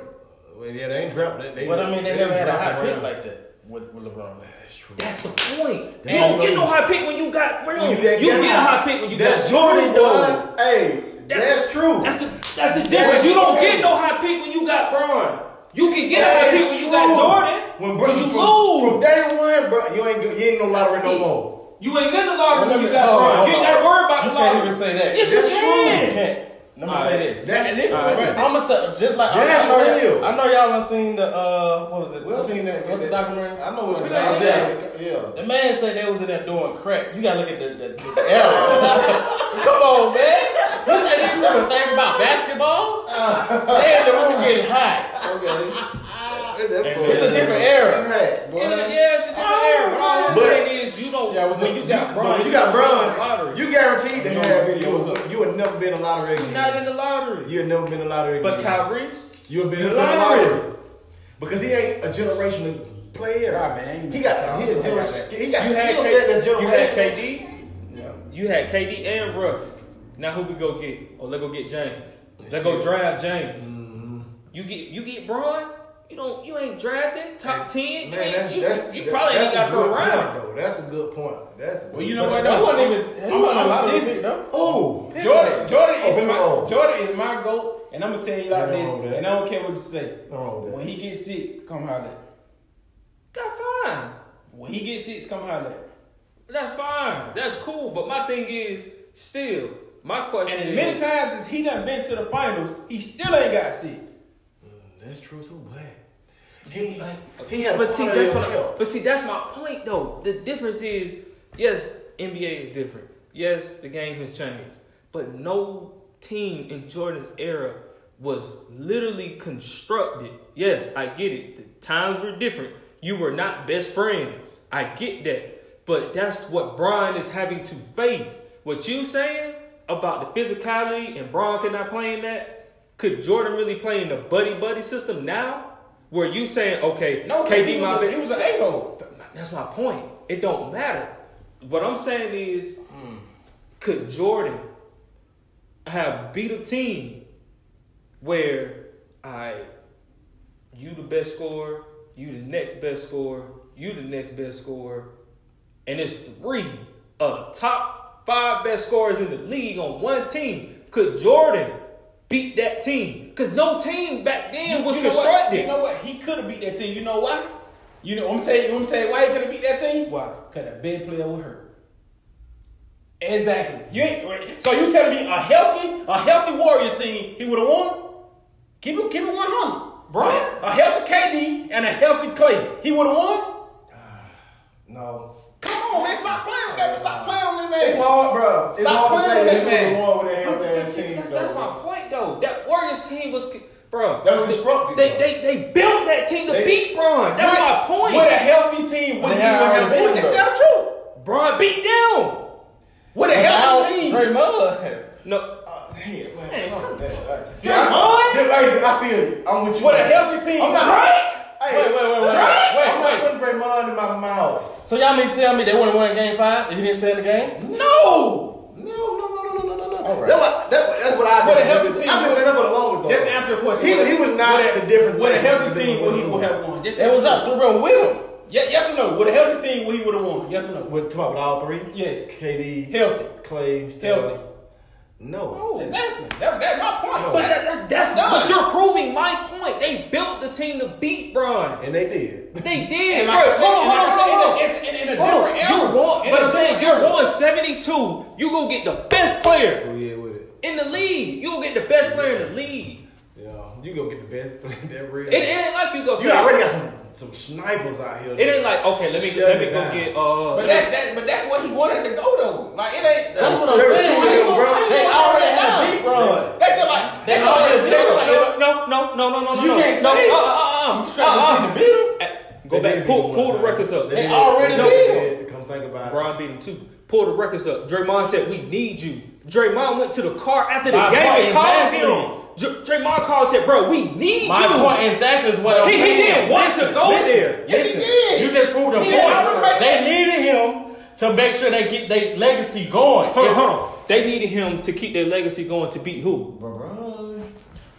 Well, yeah, they ain't dropped. They, they,
But I mean, they, never
didn't
had a
drop
high
around.
pick like that with, with LeBron.
That's true.
That's the point.
They
you don't
don't
get no
lose.
high pick when you got real.
You
You,
that guy.
get a high pick when you
That's
got
Jordan,
though.
though. Hey, that's, true.
That's the that's the difference. you don't get no high pick when you got Bron. You can get a high pick when you got Jordan.
When
because
Brooklyn
you
from,
lose.
from day one, bro, you ain't you ain't no lottery no more.
you ain't in the lottery when
Remember-
Oh, you got
hold on,
Bron. You
hold
ain't
on.
gotta worry about
You
the
can't
lottery.
even say that.
Yes, you
That's
can.
You can't. Let me
All
say
right.
this.
That's
And this
All right.
bro,
I'm gonna say just like
That's
I, know
real.
y'all, I know y'all done seen the uh what was it?
We done seen that-
What's the documentary?
I know what it
We done
is.
seen
Yeah, yeah.
The man said they was in there doing crack. You gotta look at the, the, the era. Come on, man. You think these niggas think about basketball?
Uh.
They in the room getting hot.
Okay.
It's a different era.
Right, boy.
Yeah, yeah, it's a different era. But all I'm
But-
saying is you don't.
Yeah, what's
when
up?
you
But
got Bron,
when you got
lottery.
Bron,
You
you guaranteed to
You know what
have you.
video was
You would never been a lottery again.
not in the lottery.
You had never been a lottery
But
again.
Kyrie,
You have been a
He's in the lottery.
lottery. Because he ain't a generational player.
Nah, man,
He got he a
ain't got
generation.
that.
He got
you had
skill set that's
K- you had
generational.
KD.
Yeah.
You had KD and Russ. Now who we go get? Oh, let go get James. Let go draft James.
Mm-hmm.
You get you get Braun. You don't you ain't drafting top ten. you
Man,
ain't-
that's,
you,
that's,
you
that-
probably
that's
ain't got
a
for
good
a round.
point, though. That's a good point. That's a good
Well, you know
point.
what?
That
though?
wasn't even- he
I'm-
wasn't a
I'm-
lottery
this-
pick, though.
Oh,
Jordan, Jordan
Oh,
is
pick
my
roll.
Jordan is my goat, and I'm gonna tell you like
Pick
this,
roll, man.
and I don't care what you say.
Pick roll, man.
When he gets sick, come holler.
That's fine.
When he gets sick, come holler.
That's fine. That's cool. But my thing is still my question
And
is
as many times as he done been to the finals, he still ain't got six.
That's true too, but he he had a
But see
quality
that's
of
what I,
help.
but see that's my point though. The difference is yes, NBA is different. Yes, the game has changed. But no team in Jordan's era was literally constructed. Yes, I get it. The times were different. You were not best friends. I get that. But that's what Brian is having to face. What you saying about the physicality and Brian cannot play in that? Could Jordan really play in the buddy buddy system now? Where you saying, okay,
No, because he,
KD my
was-
best
he was an a hole.
that's my point. It don't matter. What I'm saying is, could Jordan have beat a team where I, you the best scorer, you the next best scorer, you the next best scorer, and it's three of the top five best scorers in the league on one team? Could Jordan beat that team? Because no team back then was
know what?
constructed.
You know what? He could have beat that team. You know why? You know, I'm gonna tell you, I'm gonna tell you why he could have beat that team. Why? Because a big player was hurt. Exactly. You ain't, so you telling me a healthy, a healthy Warriors team, he would have won? Keep it, keep it 100. Bro, a healthy KD and a healthy Clay, he would have won?
No.
Come on, man, stop playing with that. Stop playing on that,
It's
man.
hard, bro. It's
Stop
hard to
playing
say
with
that
that
he
man.
was the one with a
But
health ass
that's,
team,
that's,
though.
that's my point, though. That Warriors team was, bro.
That was constructed,
They,
bro.
they, they built that team to
They-
beat Bron. That's
With-
my point.
With a healthy team, would
They
he
had
would have
already
won?
been,
Just
though.
tell the truth.
Bron beat them.
With a healthy team.
Draymond.
No,
Uh, Hey, man, fuck that. Like,
Come on.
Yeah, hey, I feel you. I'm with you.
With a
man.
healthy team.
I'm not. Hey,
Wait, wait, wait, wait,
I'm
wait,
not
wait.
putting Draymond in my mouth.
So y'all mean to tell me they wouldn't won game five if he didn't stay in the game?
No, no, no, no, no, no, no, no.
All right.
That's what that, that's what I.
What a
did.
healthy team.
I've been saying that for the longest. though.
Just answer the question.
He,
What a-
he was not
what a-
the different.
With a
man
healthy team,
that he
would he
was.
would have won? Just
They was up three run with him.
Yeah, yes or no? With a healthy team, would he would have won? Yes or no?
With talk about all three.
Yes.
KD,
Healthy.
Clay, Steph.
Healthy. Oh.
No.
Exactly. That, that's my point.
No.
but that, that, that's
Done.
but you're proving my point. They built the team to beat Bron.
And they did.
They
And
did, bro.
like I said,
Hold on,
and like I said,
hold on, hold on.
it's in- in a
Hold on.
different era.
You're one,
In
but
a
I'm saying
different
you're
era.
172. You gonna get the best player
Oh yeah, with it.
in the league. You gonna get the best player in the league.
Yeah, you go get the best player that real.
It, it ain't like you go.
you
say-
already got some some snipers out here.
It ain't like okay, let me
Shut
let me
it
go
down.
get uh.
But
let me-
that, that but that's where he wanted to go though. Like it ain't.
That's what I'm
They were
saying.
doing it, bro.
They already had beat
Yeah.
run.
That's just like
They
that's
already
just like
did
that's just
it.
like
no, no, no, no, no, no, no.
you
no.
can't say
no,
it.
Uh, uh, uh,
You trying to
uh, uh.
team to beat him?
Uh, Go back, pull, pull the records up.
They already did.
Come think about it.
Brian beat him too. Pull the records up. Draymond said, "We need you." Draymond went to the car after the
My
game
point
and called
exactly.
him. Dr- Draymond called and said, "Bro, we need
My
you."
point exactly is what I'm
He- he
saying.
didn't want to go there.
Yes, he did.
You just proved a
He didn't want to
point.
make
They
that.
needed him to make sure they keep their legacy going.
Hold on, hold on. They needed him to keep their legacy going to beat who?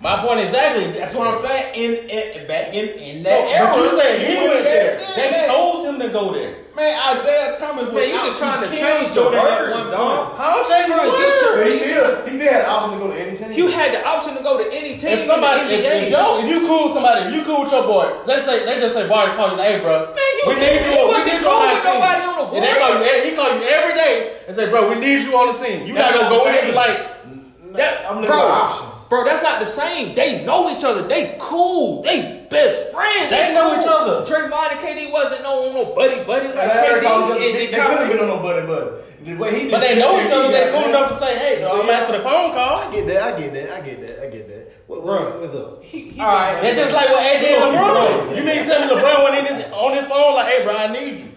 My point exactly.
That's what I'm saying. In, in back in in
So,
that era,
but you said he went there.
did
They
that.
chose him to go there.
Man, Isaiah Thomas was
Man, you
out
just trying to
kill
change your
Jordan at
words,
one
dog.
point.
How changed the
Bro, get your-
word?
But he still he still had the option to go to any team.
You had the option to go to any team.
If somebody,
in the
if,
NBA.
if, yo, if you cool with somebody, if you cool with your boy, they say they just say Barney call you, hey, bro.
Man, you-
we need you.
you
we
wasn't
need you
cool
on our
with
team.
nobody on the
And they
board.
call you. e- He call you every day and say, bro, we need you on the team. You
That's
not gonna go
what I'm
in and be
saying.
like,
That,
I'm looking
bro,
for options.
Bro, that's not the same. They know each other. They cool. They best friends.
They know each
cool.
other.
Draymond and KD wasn't no no buddy buddy like
Like, they already called each
KD
other.
and
They,
and
they couldn't have
Kyrie.
been on no buddy buddy. The way he
but
just-
they know each other. They
got
cool
that.
enough to say, hey, bro, I'm
Yeah.
answering the phone
I
call.
get that. I get that. I get that. I get that. What, what,
Bro.
what's up?
He, he
All right,
That's just like what AD and
Come on, keep
LeBron.
going.
You mean to tell me LeBron went in his, on his phone like, hey, bro, I need you.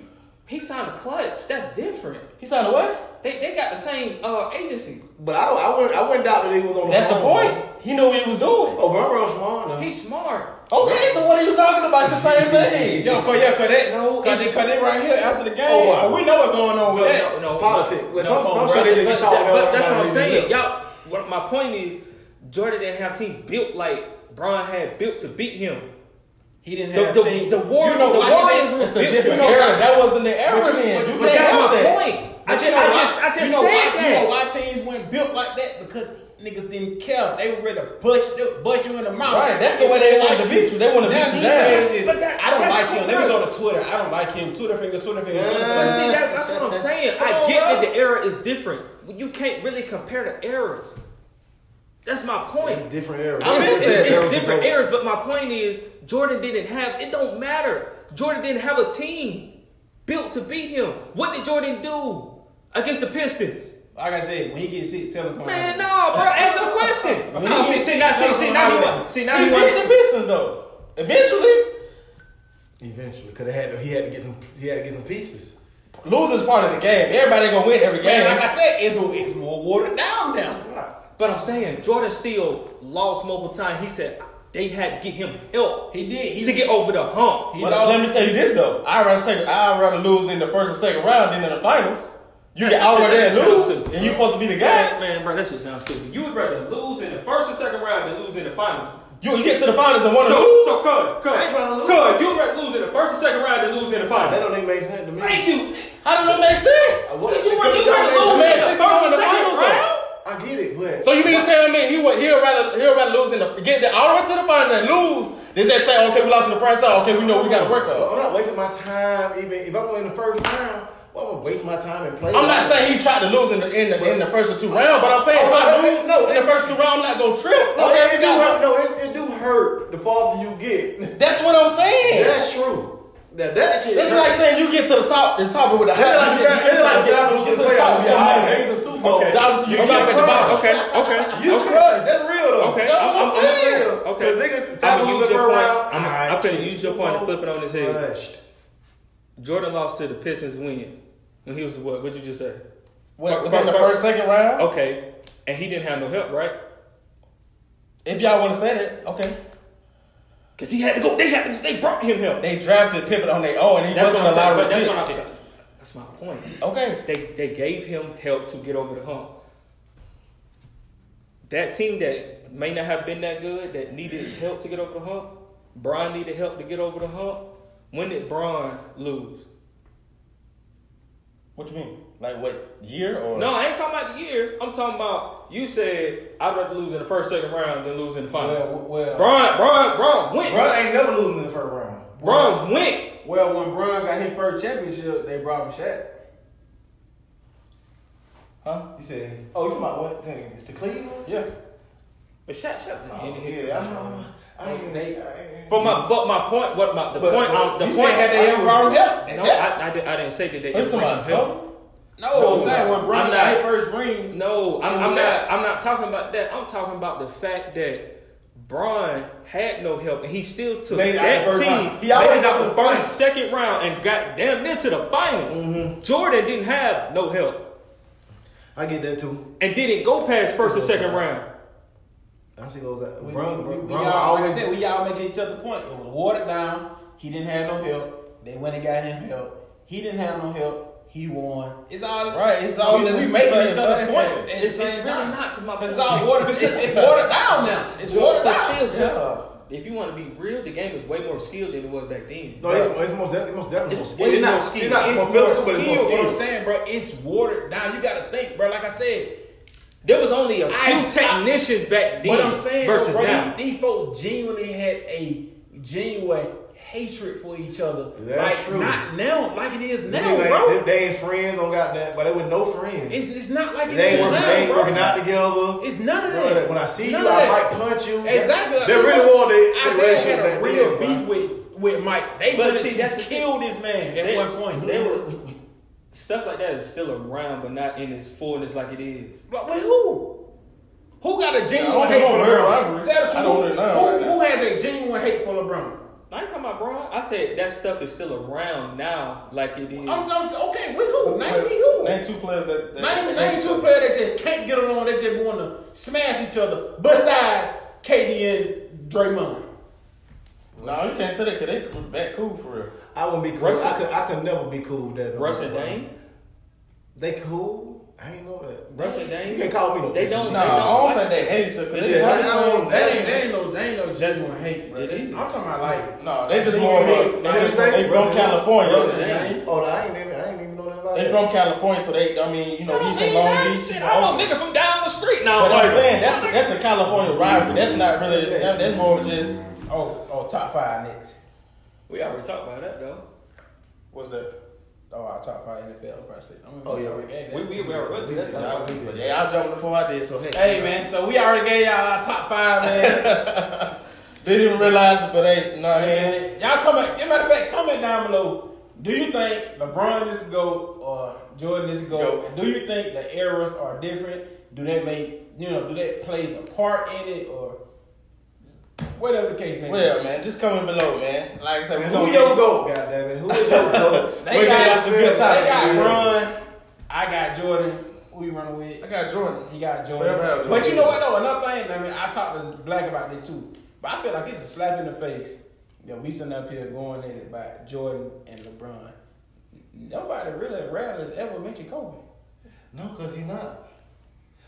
he signed a clutch. That's different.
He signed a what?
They they got the same uh agency.
But I, I went, I went out that they was on.
That's the
phone.
point. He knew what he was doing.
Oh, but I'm wrong, smart though.
He's smart.
Okay, so what are you talking about? It's the same thing.
Yo, cause yeah, cause that,
No,
cause they,
it's-
cause they right here after the game.
Oh, wow.
we know what's going on with that.
no, no,
Politics.
no,
Well, some- some
bro.
shit they be
But-
talking
but-
about
but That's what I'm
nobody
saying.
really knows.
Y'all, what my point is, Jordan didn't have teams built like Bron had built to beat him.
He didn't
The,
have
the,
team.
the, War-
You know
the
why he
Warriors
didn't-
were
It's a
built-
different
you know
era.
why-
That wasn't the era then. You
But
can't
that's
help
my
that.
point. I
But
just,
you know
I
why-
just, I just
you know
said
why,
that.
You know why teams weren't built like that? Because niggas didn't care. They were ready to bust, bust you in the mouth.
Right, that's the way they wanted to beat you. They wanted to
Now
beat you
these
down.
days,
But that-
I don't
that's
like him. Let me
cool.
go to Twitter. I don't like him. Twitter finger, Twitter finger. Twitter finger.
But see, that, that's what I'm saying.
Come
I
on,
get
bro.
that the era is different. You can't really compare the eras. That's my point.
Different era.
I mean,
It's,
said
it's-
there
it's
was a
different
difference.
eras, but my point is Jordan didn't have. It don't matter. Jordan didn't have a team built to beat him. What did Jordan do against the Pistons?
Like I said, when he gets sick, tell him come
Man,
out.
no, bro. Answer the question.
When he
No, see,
gets
see,
sick,
now, see,
tell
see,
him
now
how
you
he
want,
was.
see, now
He
you
benched the
want.
Pistons though. Eventually,
Eventually, because had to, he had to get some he had to get some pieces.
losing's part of the game. Everybody gonna win every game.
Man, like I said, it's, it's more watered down now.
But I'm saying Jordan Steele lost multiple times. He said they had to get him help
He did. He
to get over the hump.
He
But
lost.
let me tell you this though, I rather take, I rather lose in the first and second round than in the finals. You get out there and lose, and you supposed to be the guy.
Man, man, bro, that shit sounds stupid. You would rather lose in the first and second round than lose in the finals.
You, you get to the finals and want to
So,
lose.
so, Cud,
I ain't trying to lose.
Cud, Cud, you would rather lose in the first and second round than lose in
That
the finals.
don't even make sense to me. Uh,
Thank you.
How does that make sense?
What-
Did you rather
it
you rather
don't
lose
make
in
sense.
Six
the first and
rounds in the
second
finals,
round?
I get it, but
So you mean to tell me he would he'll rather he'll rather lose in the get the all the way to the finals and lose? Then they say, okay, we lost in the first round. Okay, we know we got to work
I'm
on.
not wasting my time. Even if I'm in the first round, well, I'm gonna waste my time and play.
I'm not saying he tried to lose in the in the, in the first or two rounds, but I'm saying if I lose
No,
in the first two rounds, I'm not gonna trip.
No,
Okay,
it,
we
Oh, do hurt.
got.
No, it, it do hurt the farther you get.
That's what I'm saying.
That's true. That that shit.
This is like saying you get to the top, the top with a
That's
high.
like
You get to the top,
you got-
you get to the top, you
you got-
get
He's a Super Bowl.
Okay.
Dollars you
Okay,
drop at the
right,
bottom.
Okay, okay.
You crushed. That's real though.
Okay,
That's
I'm-
what
I'm- I'm
saying.
with
Okay.
The nigga, that was
I'm gonna
the
use your
first
point.
round.
I'm, I'm
Ah,
gonna use your point and flip it on his head.
Crushed.
Jordan lost to the Pistons when when he was what? What'd you just say?
Within the first, second round,
Okay, and he didn't have no help, right?
if y'all want to say that, okay.
Cause he had to go. They had to. They brought him help.
They drafted Pippen on their own, and he
That's what
wasn't
I'm saying.
allowed
But
to
that's
pick.
what I'm. That's my point.
okay,
They they gave him help to get over the hump. That team that may not have been that good, that needed help to get over the hump. Braun needed help to get over the hump. When did Braun lose?
what you mean? Like what year or
No, I ain't talking about the year. I'm talking about you said I'd rather lose in the first second round than lose in the final.
Well, well,
Braun, Braun, Braun went.
Bro, I ain't never losing in the first round.
Braun went.
well, when Bron got his first championship, they brought him Shaq.
Huh? You said, oh, you talking about what thing? It's the Cleveland?
Yeah,
But shut, shut. up.
Oh, yeah, Oh, I don't I don't I-
But my, but my point, what my the
But-
point,
but
I, the
you
point
said had they
I-
ever brought him help? That's
No,
it.
I, I, did, I didn't say that they
What you
ever
talking
brought him
about?
help.
No,
No,
I'm saying when Bron
I'm
got
not-
his first ring.
No, I'm,
And
I'm
Shaq.
not. I'm not talking about that. I'm talking about the fact that Braun had no help, and he still took
Made it out
that
the first
team.
round. He
made
already
it out
got
the
to the
first,
finals. Mm-hmm.
second round, and got damn near to the finals. Jordan didn't have no help,
I get that too.
and didn't go past first and second round.
I see those. uh, Bro,
We,
bro,
we, we,
bro,
all,
always.
like I said, we all making each other point. It was watered down. He didn't have no help. They went and got him help. He didn't have no help. He won. It's all
Right, it's all
We,
this-
we making
it's
each
all-
other
yeah.
points. At
It's,
the
it's
same
really
time.
not because my
Cause it's all watered. It's, it's watered down now. It's watered
But
down.
still, Joe, if you want to be real, the game is way more skilled than it was back then.
No, it's, it's most definitely most definitely more
It's
skill. It's
more
not,
skill.
it's not
It's
more
more
skill, but it's more
skill. What I'm
skill.
saying, bro, it's watered down. You gotta think, bro. Like I said,
There was only a few
I-
technicians back then
what I'm saying
versus
bro,
now.
These, these folks genuinely had a genuine hatred for each other.
That's
like,
true.
Not now, like it is
They
now,
ain't-
bro.
they, they ain't friends. Don't got that, but they were no friends.
It's, it's not like it
they
is
ain't working. They
now,
ain't
bro.
working out together.
It's none of
Bro,
that.
that when I see
None
you,
of
I
that.
might punch you.
Exactly.
They really want
I
that
had
relationship
a
back
real
then,
beef
bro.
with with Mike. They
But
wanted
see,
to
that's the
kill this man at
They-
one point.
they were stuff like that is still around, but not in its fullness like it is.
Like, wait, who? Who got a
I
genuine
don't
hate for
know, man. I
LeBron?
agree.
Tell the
I don't
truth.
know,
Who,
man.
who has a genuine hate for LeBron?
I ain't talking about Braun. I said that stuff is still around now, like it is.
I'm just okay. With who? Name me who?
Name two players that. that
Name, name two players that just can't get along. They just want to smash each other. Besides KD and Draymond.
No, you can't say that because they back cool for real.
I wouldn't be cool.
Russ-
I could. I could never be cool with that.
Russ and
bro.
Dame.
They cool. I ain't know that.
Russ and Dame.
You can't call me no.
They
bitch.
don't-
No, I don't think they hate each other. 'cause they
Yeah,
probably
I
some-
don't-
That ain't, that ain't no, that ain't no genuine hate, bro.
It is.
I'm talking about like
No, they just
They
more. of
hate-
a-
they
They just
say-
they from
Russell-
California.
Russell- Dame.
Oh, I ain't. Even, I ain't even know nothing about
They
that.
from California, so they. I mean, you know, he from Long Beach. he from
I know
Oakland.
nigga from down the street now.
But
like,
I'm saying that's that's a California rivalry. That's not really that, that's more of just
oh oh top five next.
we already talked about that though.
what's that?
Oh our top five NFL prospects. I'm gonna
Oh,
be
yeah.
over the game.
We we we already went through that time.
Y'all, yeah, y'all jumped before I did, so hey.
Hey man, so we already gave y'all our top five, man.
They didn't realize it, but they no, nah,
man. Y'all comment. As a matter of fact, comment down below. Do you think LeBron is a GOAT or Jordan is a GOAT? And do you think the eras are different? Do that make you know? Do that plays a part in it or whatever the case may be?
Well, man, just comment below, man. Like I said, we
Who
gonna
your
get,
goat? Goddamn it! Who is your goat?
we gonna get some good
They
topics.
got
man.
Bron. I got Jordan. Who you running with?
I got Jordan.
He got Jordan.
Forever have Jordan.
But you know what though? Another thing. I mean, I talked to Black about this too. But I feel like it's a slap in the face that we sitting up here going at it by Jordan and LeBron. Nobody really rarely ever mentioned Kobe.
No, cause he not.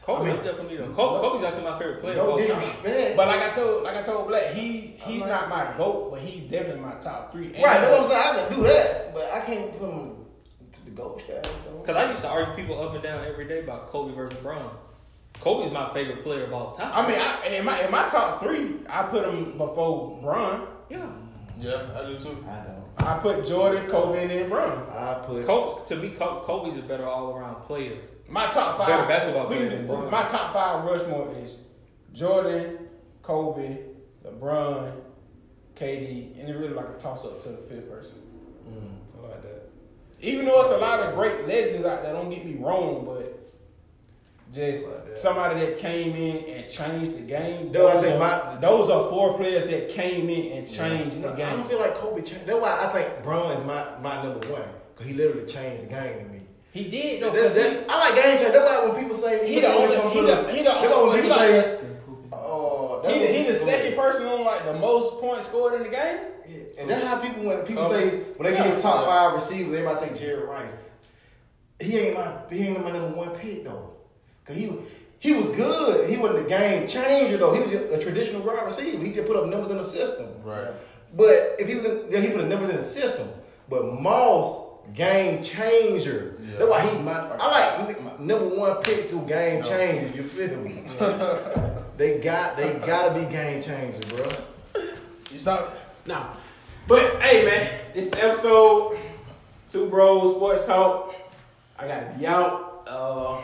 Kobe
I mean,
up there for me though. Kobe, Kobe's actually my favorite player of
No
all time.
disrespect.
But like I told, like I told Black, he he's
I'm
not my goat, but he's definitely my top three. And
Right, that's what I'm saying. I can do that, but I can't put him to the goat category.
Cause I used to argue people up and down every day about Kobe versus LeBron. Kobe's my favorite player of all time.
I mean, I, in my in my top three, I put him before Bron.
yeah,
Yeah, I do too.
I know.
I put Jordan, Kobe, and then Bron.
I put.
Kobe, to me, Kobe, Kobe's a better all around player.
My top five.
Better basketball
we
player
can
than
do-
Bron.
My top five Rushmore is Jordan, Kobe, LeBron, KD, and it really like a toss up to the fifth person. I like that. Even though it's a lot of great legends out there, don't get me wrong, but just somebody that came in and changed the game.
Though I say
are,
my-
those are four players that came in and changed
No,
the
I
game.
don't feel like Kobe changed. That's why I think Braun is my, my number one. Because he literally changed the game to me.
he did though.
That-
'cause he-
that- I like game change. That's why when people say.
He the only-
That's
he the- he the
why
only-
when people
he like-
say. Oh, that
He, the-
was-
he the second person on like the most points scored in the game.
Yeah, And that's how people when people
Oh,
say when they
yeah.
give you top five receivers, everybody say Jerry Rice. He ain't my he ain't my number one pick though, cause he he was good. He wasn't a game changer though. He was just a traditional wide receiver. He just put up numbers in the system.
Right.
But if he was in, then he put a number in the system. But Moss game changer.
Yeah.
That's why he my I like n- number one picks who game changer. You feel me? they got they gotta be game changers, bro.
You stop.
Nah. But hey man, this episode, Two Bros Sports Talk. I gotta be out. Uh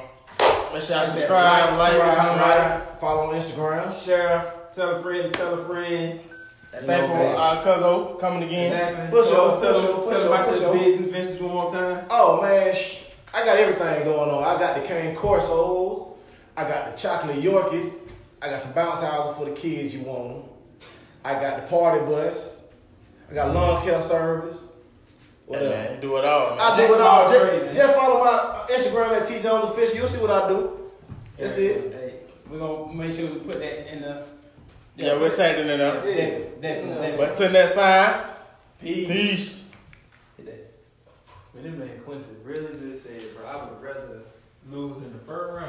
Make sure I subscribe, like, comment.
Follow on Instagram.
share, tell a friend, tell a friend.
Thanks for our cousin uh, coming again.
Exactly.
For sure,
Tell- tell
for sure, for
tell
sure,
about
for
your
sure.
bids and ventures one more time.
Oh man, sh- I got everything going on. I got the cane corsos. I got the chocolate Yorkies. I got some bounce houses for the kids you want. I got the party bus. I got lawn care service. What
Hey,
else?
man, do it all, man.
I do it all.
That's crazy, man.
Just, just follow my Instagram at T Jones Official. You'll see what I do. That's it.
Hey, we're gonna make sure we put that in the
Yeah, we're tagging it up.
Yeah.
Definitely, definitely,
Yeah.
definitely.
But till next time,
Peace.
peace.
Hit that.
Man, that man Quincy really just said, bro, I would rather lose in the third round